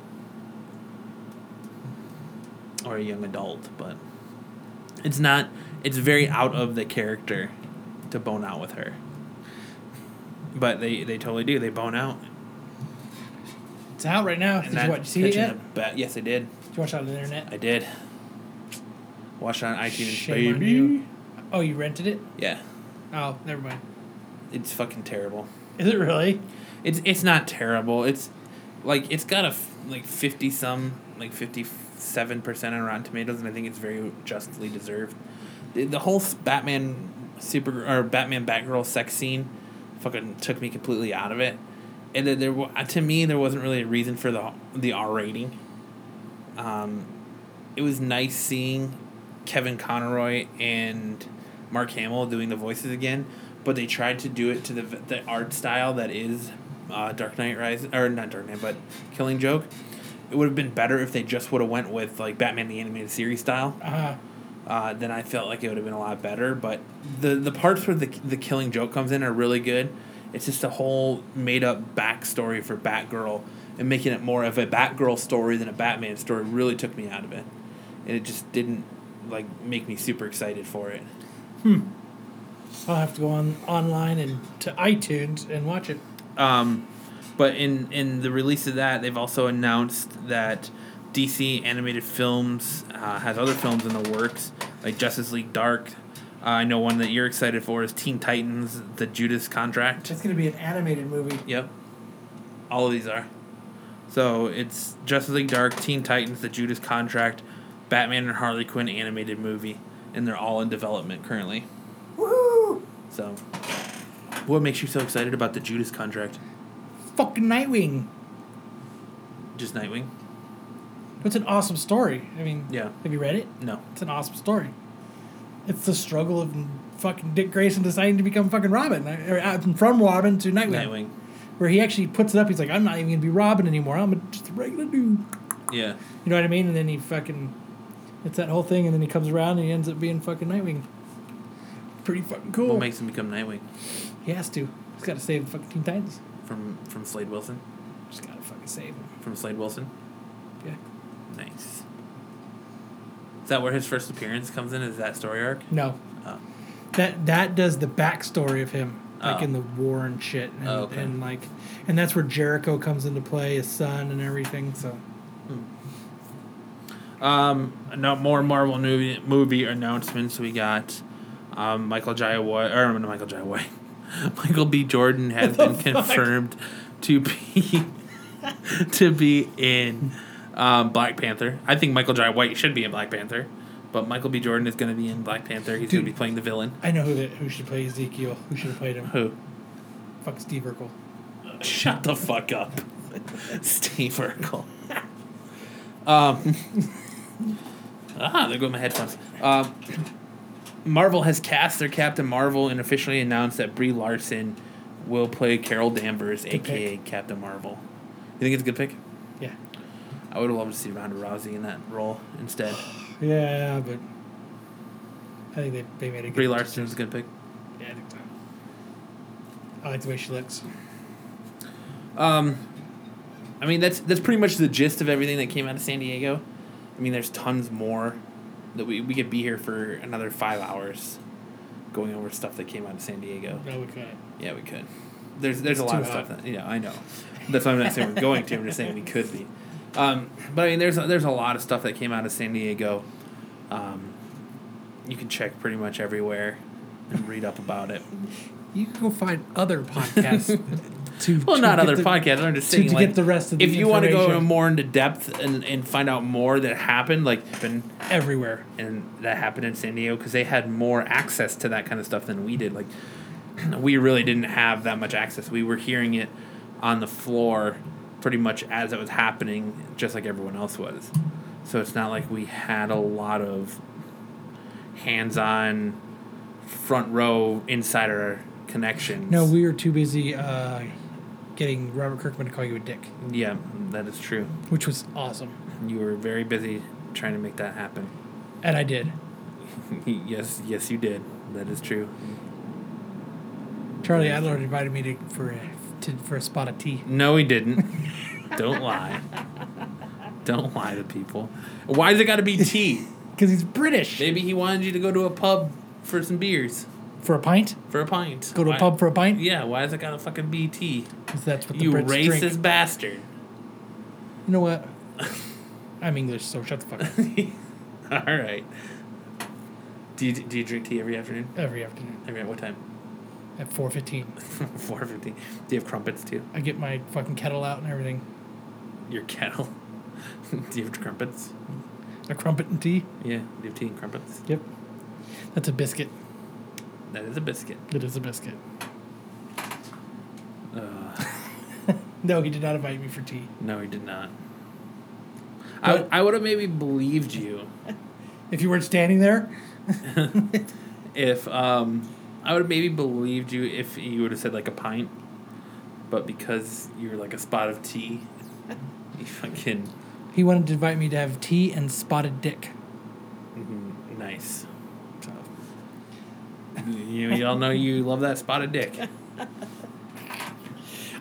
Speaker 2: Or a young adult, but it's not it's very out of the character to bone out with her. But they, they totally do. They bone out.
Speaker 3: It's it's out right now. Did
Speaker 2: And
Speaker 3: you,
Speaker 2: I'm
Speaker 3: what, see it
Speaker 2: catching
Speaker 3: yet?
Speaker 2: a bat. Yes, I did.
Speaker 3: Did you watch it on the internet?
Speaker 2: I did. Watched it on iTunes,
Speaker 3: Shame on
Speaker 2: baby.
Speaker 3: you. Oh, you rented it?
Speaker 2: Yeah,
Speaker 3: Oh, never mind.
Speaker 2: it's fucking terrible.
Speaker 3: Is it really?
Speaker 2: It's it's not terrible. It's like it's got a f- like fifty some like fifty seven percent on Rotten Tomatoes, and I think it's very justly deserved. The, the whole s- Batman super or Batman Batgirl sex scene fucking took me completely out of it. And then there wa- to me there wasn't really a reason for the the R rating. Um, it was nice seeing Kevin Conroy and Mark Hamill doing the voices again, but they tried to do it to the the art style that is uh, Dark Knight Rises or not Dark Knight, but Killing Joke. It would have been better if they just would have went with like Batman the animated series style.
Speaker 3: Uh,
Speaker 2: Uh, then I felt like it would have been a lot better. But the the parts where the the Killing Joke comes in are really good. It's just a whole made up backstory for Batgirl and making it more of a Batgirl story than a Batman story really took me out of it, and it just didn't like make me super excited for it.
Speaker 3: I'll have to go on online and to iTunes and watch it.
Speaker 2: Um, but in in the release of that, they've also announced that DC animated films uh, has other films in the works, like Justice League Dark. Uh, I know one that you're excited for is Teen Titans: The Judas Contract.
Speaker 3: It's going to be an animated movie.
Speaker 2: Yep, all of these are. So it's Justice League Dark, Teen Titans: The Judas Contract, Batman and Harley Quinn animated movie, and they're all in development currently.
Speaker 3: Woo!
Speaker 2: So, what makes you so excited about the Judas Contract?
Speaker 3: Fucking Nightwing.
Speaker 2: Just Nightwing?
Speaker 3: It's an awesome story. I mean,
Speaker 2: Yeah.
Speaker 3: Have you read it?
Speaker 2: No.
Speaker 3: It's an awesome story. It's the struggle of fucking Dick Grayson deciding to become fucking Robin, I- or uh, from Robin to Nightwing,
Speaker 2: Nightwing.
Speaker 3: where he actually puts it up. He's like, I'm not even gonna be Robin anymore. I'm just a regular dude.
Speaker 2: Yeah.
Speaker 3: You know what I mean? And then he fucking, it's that whole thing, and then he comes around and he ends up being fucking Nightwing. Pretty fucking cool.
Speaker 2: What makes him become Nightwing?
Speaker 3: he has to. He's got to save the fucking Teen Titans.
Speaker 2: From from Slade Wilson?
Speaker 3: Just gotta fucking save him.
Speaker 2: From Slade Wilson?
Speaker 3: Yeah.
Speaker 2: Nice. Is that where his first appearance comes in? Is that story arc?
Speaker 3: No.
Speaker 2: Oh.
Speaker 3: That that does the backstory of him, like
Speaker 2: Oh.
Speaker 3: in the war and shit, and,
Speaker 2: Oh, okay.
Speaker 3: and like, and that's where Jericho comes into play, his son and everything. So
Speaker 2: Um, no more Marvel movie movie announcements. We got um, Michael Jai White or no, Michael Jai White. (laughs) Michael B. Jordan has been confirmed to be (laughs) to be in um, Black Panther. I think Michael Jai White should be in Black Panther, but Michael B. Jordan is going to be in Black Panther. He's going to
Speaker 3: Dude.
Speaker 2: be playing the villain.
Speaker 3: I know who that who should play Ezekiel, who should have played (laughs) him.
Speaker 2: Who?
Speaker 3: Fuck Steve Urkel.
Speaker 2: Shut the fuck up, Steve Urkel. um, ah, there go my headphones. Um, Marvel has cast their Captain Marvel and officially announced that Brie Larson will play Carol Danvers, aka Captain Marvel. You think it's a good pick?
Speaker 3: Yeah,
Speaker 2: I would have loved to see Ronda Rousey in that role instead.
Speaker 3: yeah, but I think they, they made a good.
Speaker 2: Brie Larson is a good pick.
Speaker 3: Yeah, I think so. I like the way she looks.
Speaker 2: Um, I mean that's that's pretty much the gist of everything that came out of San Diego. I mean, there's tons more that we we could be here for another five hours, going over stuff that came out of San Diego.
Speaker 3: No, we couldn't.
Speaker 2: Yeah, we could. There's there's a
Speaker 3: It's
Speaker 2: lot
Speaker 3: too
Speaker 2: of stuff
Speaker 3: hot.
Speaker 2: that yeah I know. That's why I'm not saying we're going to. I'm just saying we could be. Um, but I mean, there's there's a lot of stuff that came out of San Diego. Um, you can check pretty much everywhere and read up about it.
Speaker 3: You can go find (laughs) other podcasts. to,
Speaker 2: Well,
Speaker 3: to
Speaker 2: not
Speaker 3: get
Speaker 2: other
Speaker 3: the-
Speaker 2: podcasts. I'm just
Speaker 3: to-
Speaker 2: saying,
Speaker 3: to
Speaker 2: like,
Speaker 3: get the rest of the
Speaker 2: if you want to go
Speaker 3: information.
Speaker 2: more into depth and, and find out more that happened, like and,
Speaker 3: everywhere.
Speaker 2: and that happened in San Diego, because they had more access to that kind of stuff than we did. Like, (clears throat) we really didn't have that much access. We were hearing it on the floor, pretty much as it was happening, just like everyone else was. So it's not like we had a lot of hands-on, front row insider connections.
Speaker 3: No, we were too busy uh, getting Robert Kirkman to call you a dick,
Speaker 2: yeah, that is true.
Speaker 3: which was awesome,
Speaker 2: You were very busy trying to make that happen. (laughs)
Speaker 3: and I did.
Speaker 2: yes, yes, you did. That is true.
Speaker 3: Charlie Adler invited me to for a, to, for a spot of tea.
Speaker 2: No, he didn't. (laughs) Don't lie. Don't lie to people. Why's it got to be tea?
Speaker 3: Because he's British.
Speaker 2: Maybe he wanted you to go to a pub for some beers,
Speaker 3: For a pint?
Speaker 2: for a pint.
Speaker 3: Go to
Speaker 2: Why-
Speaker 3: a pub for a pint?
Speaker 2: Yeah. Why is it got to fucking be tea?
Speaker 3: 'Cause that's what the
Speaker 2: You
Speaker 3: Brits
Speaker 2: racist
Speaker 3: drink.
Speaker 2: bastard. (laughs)
Speaker 3: You know what? I'm English, so shut the fuck up.
Speaker 2: All right. Do you, do you drink tea every afternoon?
Speaker 3: Every afternoon
Speaker 2: Every what time? (laughs)
Speaker 3: at 4:15,
Speaker 2: Four fifty. Do you have crumpets too?
Speaker 3: I get my fucking kettle out and everything.
Speaker 2: Your kettle. (laughs) do you have crumpets?
Speaker 3: A crumpet and tea.
Speaker 2: Yeah. Do you have tea and crumpets?
Speaker 3: Yep. That's a biscuit.
Speaker 2: That is a biscuit.
Speaker 3: It is a biscuit.
Speaker 2: Uh.
Speaker 3: (laughs) no, he did not invite me for tea.
Speaker 2: No, he did not.
Speaker 3: But-
Speaker 2: I I would have maybe believed you
Speaker 3: If you weren't standing there,
Speaker 2: if um I would have maybe believed you if you would have said like a pint, but because you were like a spot of tea, (laughs) you fucking
Speaker 3: he wanted to invite me to have tea and spotted dick.
Speaker 2: nice. So, you y'all know you love that spotted dick.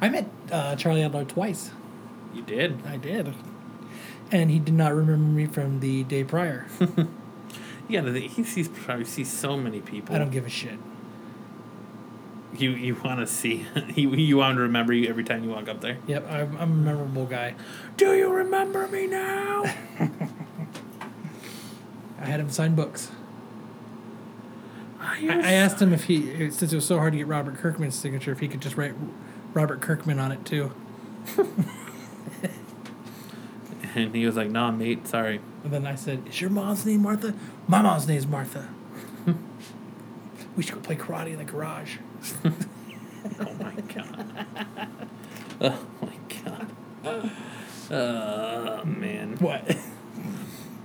Speaker 3: I met uh, Charlie Adler twice.
Speaker 2: You did.
Speaker 3: I did. And he did not remember me from the day prior.
Speaker 2: Yeah, the, he sees probably sees so many people.
Speaker 3: I don't give a shit.
Speaker 2: You you want to see (laughs) you you want to remember you every time you walk up there.
Speaker 3: Yep, I'm, I'm a memorable guy.
Speaker 2: Do you remember me now?
Speaker 3: I had him sign books.
Speaker 2: I,
Speaker 3: I, I asked him if he, since it was so hard to get Robert Kirkman's signature, if he could just write Robert Kirkman on it too.
Speaker 2: and he was like, "Nah, mate, sorry."
Speaker 3: And then I said, Is your mom's name Martha? My mom's name is Martha. we should go play karate in the garage.
Speaker 2: Oh my god. (laughs) oh my god. Oh man.
Speaker 3: What?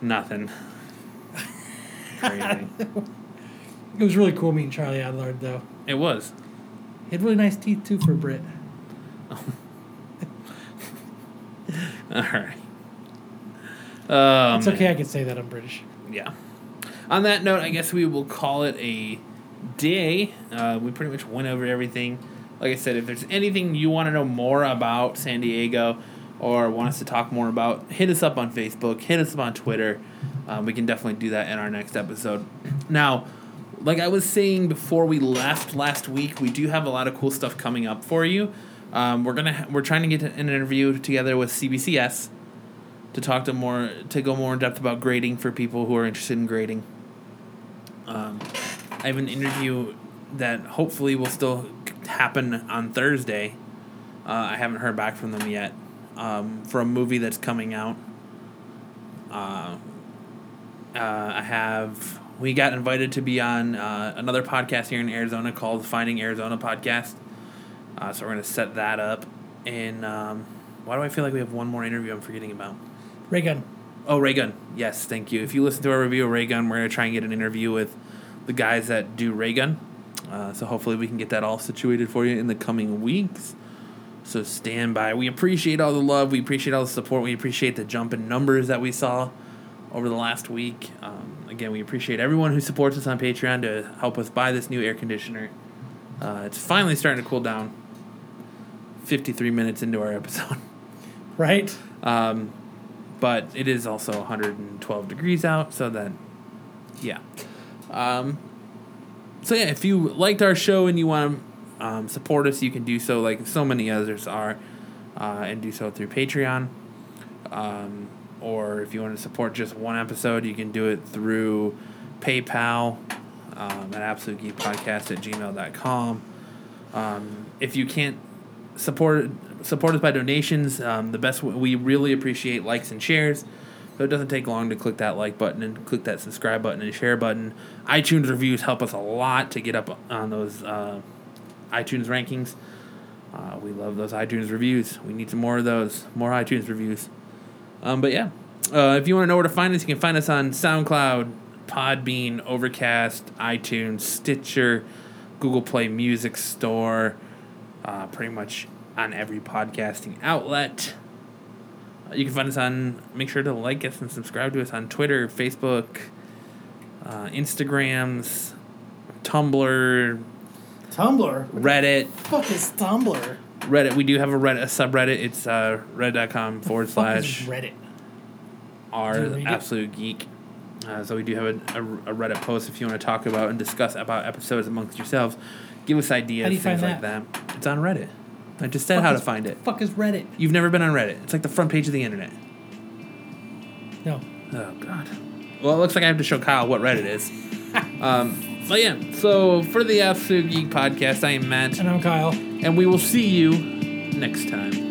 Speaker 2: Nothing. Crazy.
Speaker 3: It was really cool meeting Charlie Adlard, though.
Speaker 2: it was.
Speaker 3: He had really nice teeth, too, for a Brit.
Speaker 2: All right. Um,
Speaker 3: It's okay, I can say that I'm British.
Speaker 2: yeah. On that note, I guess we will call it a day. Uh, we pretty much went over everything. Like I said, if there's anything you want to know more about San Diego or want us to talk more about, hit us up on Facebook, hit us up on Twitter. Um, we can definitely do that in our next episode. Now, like I was saying before we left last week, we do have a lot of cool stuff coming up for you. Um, we're gonna ha- we're trying to get an interview together with CBCS to talk to more to go more in depth about grading for people who are interested in grading. Um, I have an interview that hopefully will still happen on Thursday. Uh, I haven't heard back from them yet um, for a movie that's coming out. Uh, uh, I have we got invited to be on uh, another podcast here in Arizona called Finding Arizona Podcast. Uh, so we're gonna set that up. And um, why do I feel like we have one more interview I'm forgetting about?
Speaker 3: Ray gun.
Speaker 2: Oh, Ray Gun. Yes, thank you. If you listen to our review of Ray Gun, we're going to try and get an interview with the guys that do Ray Gun. Uh, so hopefully we can get that all situated for you in the coming weeks. So stand by. We appreciate all the love. We appreciate all the support. We appreciate the jump in numbers that we saw over the last week. Um, again, we appreciate everyone who supports us on Patreon to help us buy this new air conditioner. Uh, it's finally starting to cool down. 53 minutes into our episode. (laughs)
Speaker 3: Right?
Speaker 2: but it is also 112 degrees out so that yeah um, so yeah if you liked our show and you want to um, support us you can do so like so many others are uh, and do so through patreon um, or if you want to support just one episode you can do it through paypal um, at absolute geek podcast at gmail.com um, if you can't support support us by donations. Um, the best w- we really appreciate likes and shares. So it doesn't take long to click that like button and click that subscribe button and share button. iTunes reviews help us a lot to get up on those uh, iTunes rankings. Uh, we love those iTunes reviews. We need some more of those, more iTunes reviews. Um, but yeah, uh, if you want to know where to find us, you can find us on SoundCloud, Podbean, Overcast, iTunes, Stitcher, Google Play Music Store, uh, pretty much on every podcasting outlet. Uh, you can find us on, make sure to like us and subscribe to us on Twitter, Facebook, uh, Instagrams, Tumblr,
Speaker 3: Tumblr?
Speaker 2: Reddit.
Speaker 3: fuck is Tumblr?
Speaker 2: Reddit, we do have a Reddit a subreddit. It's uh, reddit.com forward slash
Speaker 3: Reddit.
Speaker 2: are
Speaker 3: Do you read it?
Speaker 2: absolute geek. Uh, so we do have a, a, a Reddit post if you want to talk about and discuss about episodes amongst yourselves. Give us ideas,
Speaker 3: How do you
Speaker 2: things
Speaker 3: find
Speaker 2: like that. It's on Reddit. I just said how to find it.
Speaker 3: Fuck is Reddit?
Speaker 2: You've never been on Reddit. It's like the front page of the internet.
Speaker 3: No.
Speaker 2: Oh God. Well, it looks like I have to show Kyle what Reddit (laughs) is. um, but yeah. So for the Absolute Geek Podcast, I am Matt,
Speaker 3: And I'm Kyle.
Speaker 2: and we will see you next time.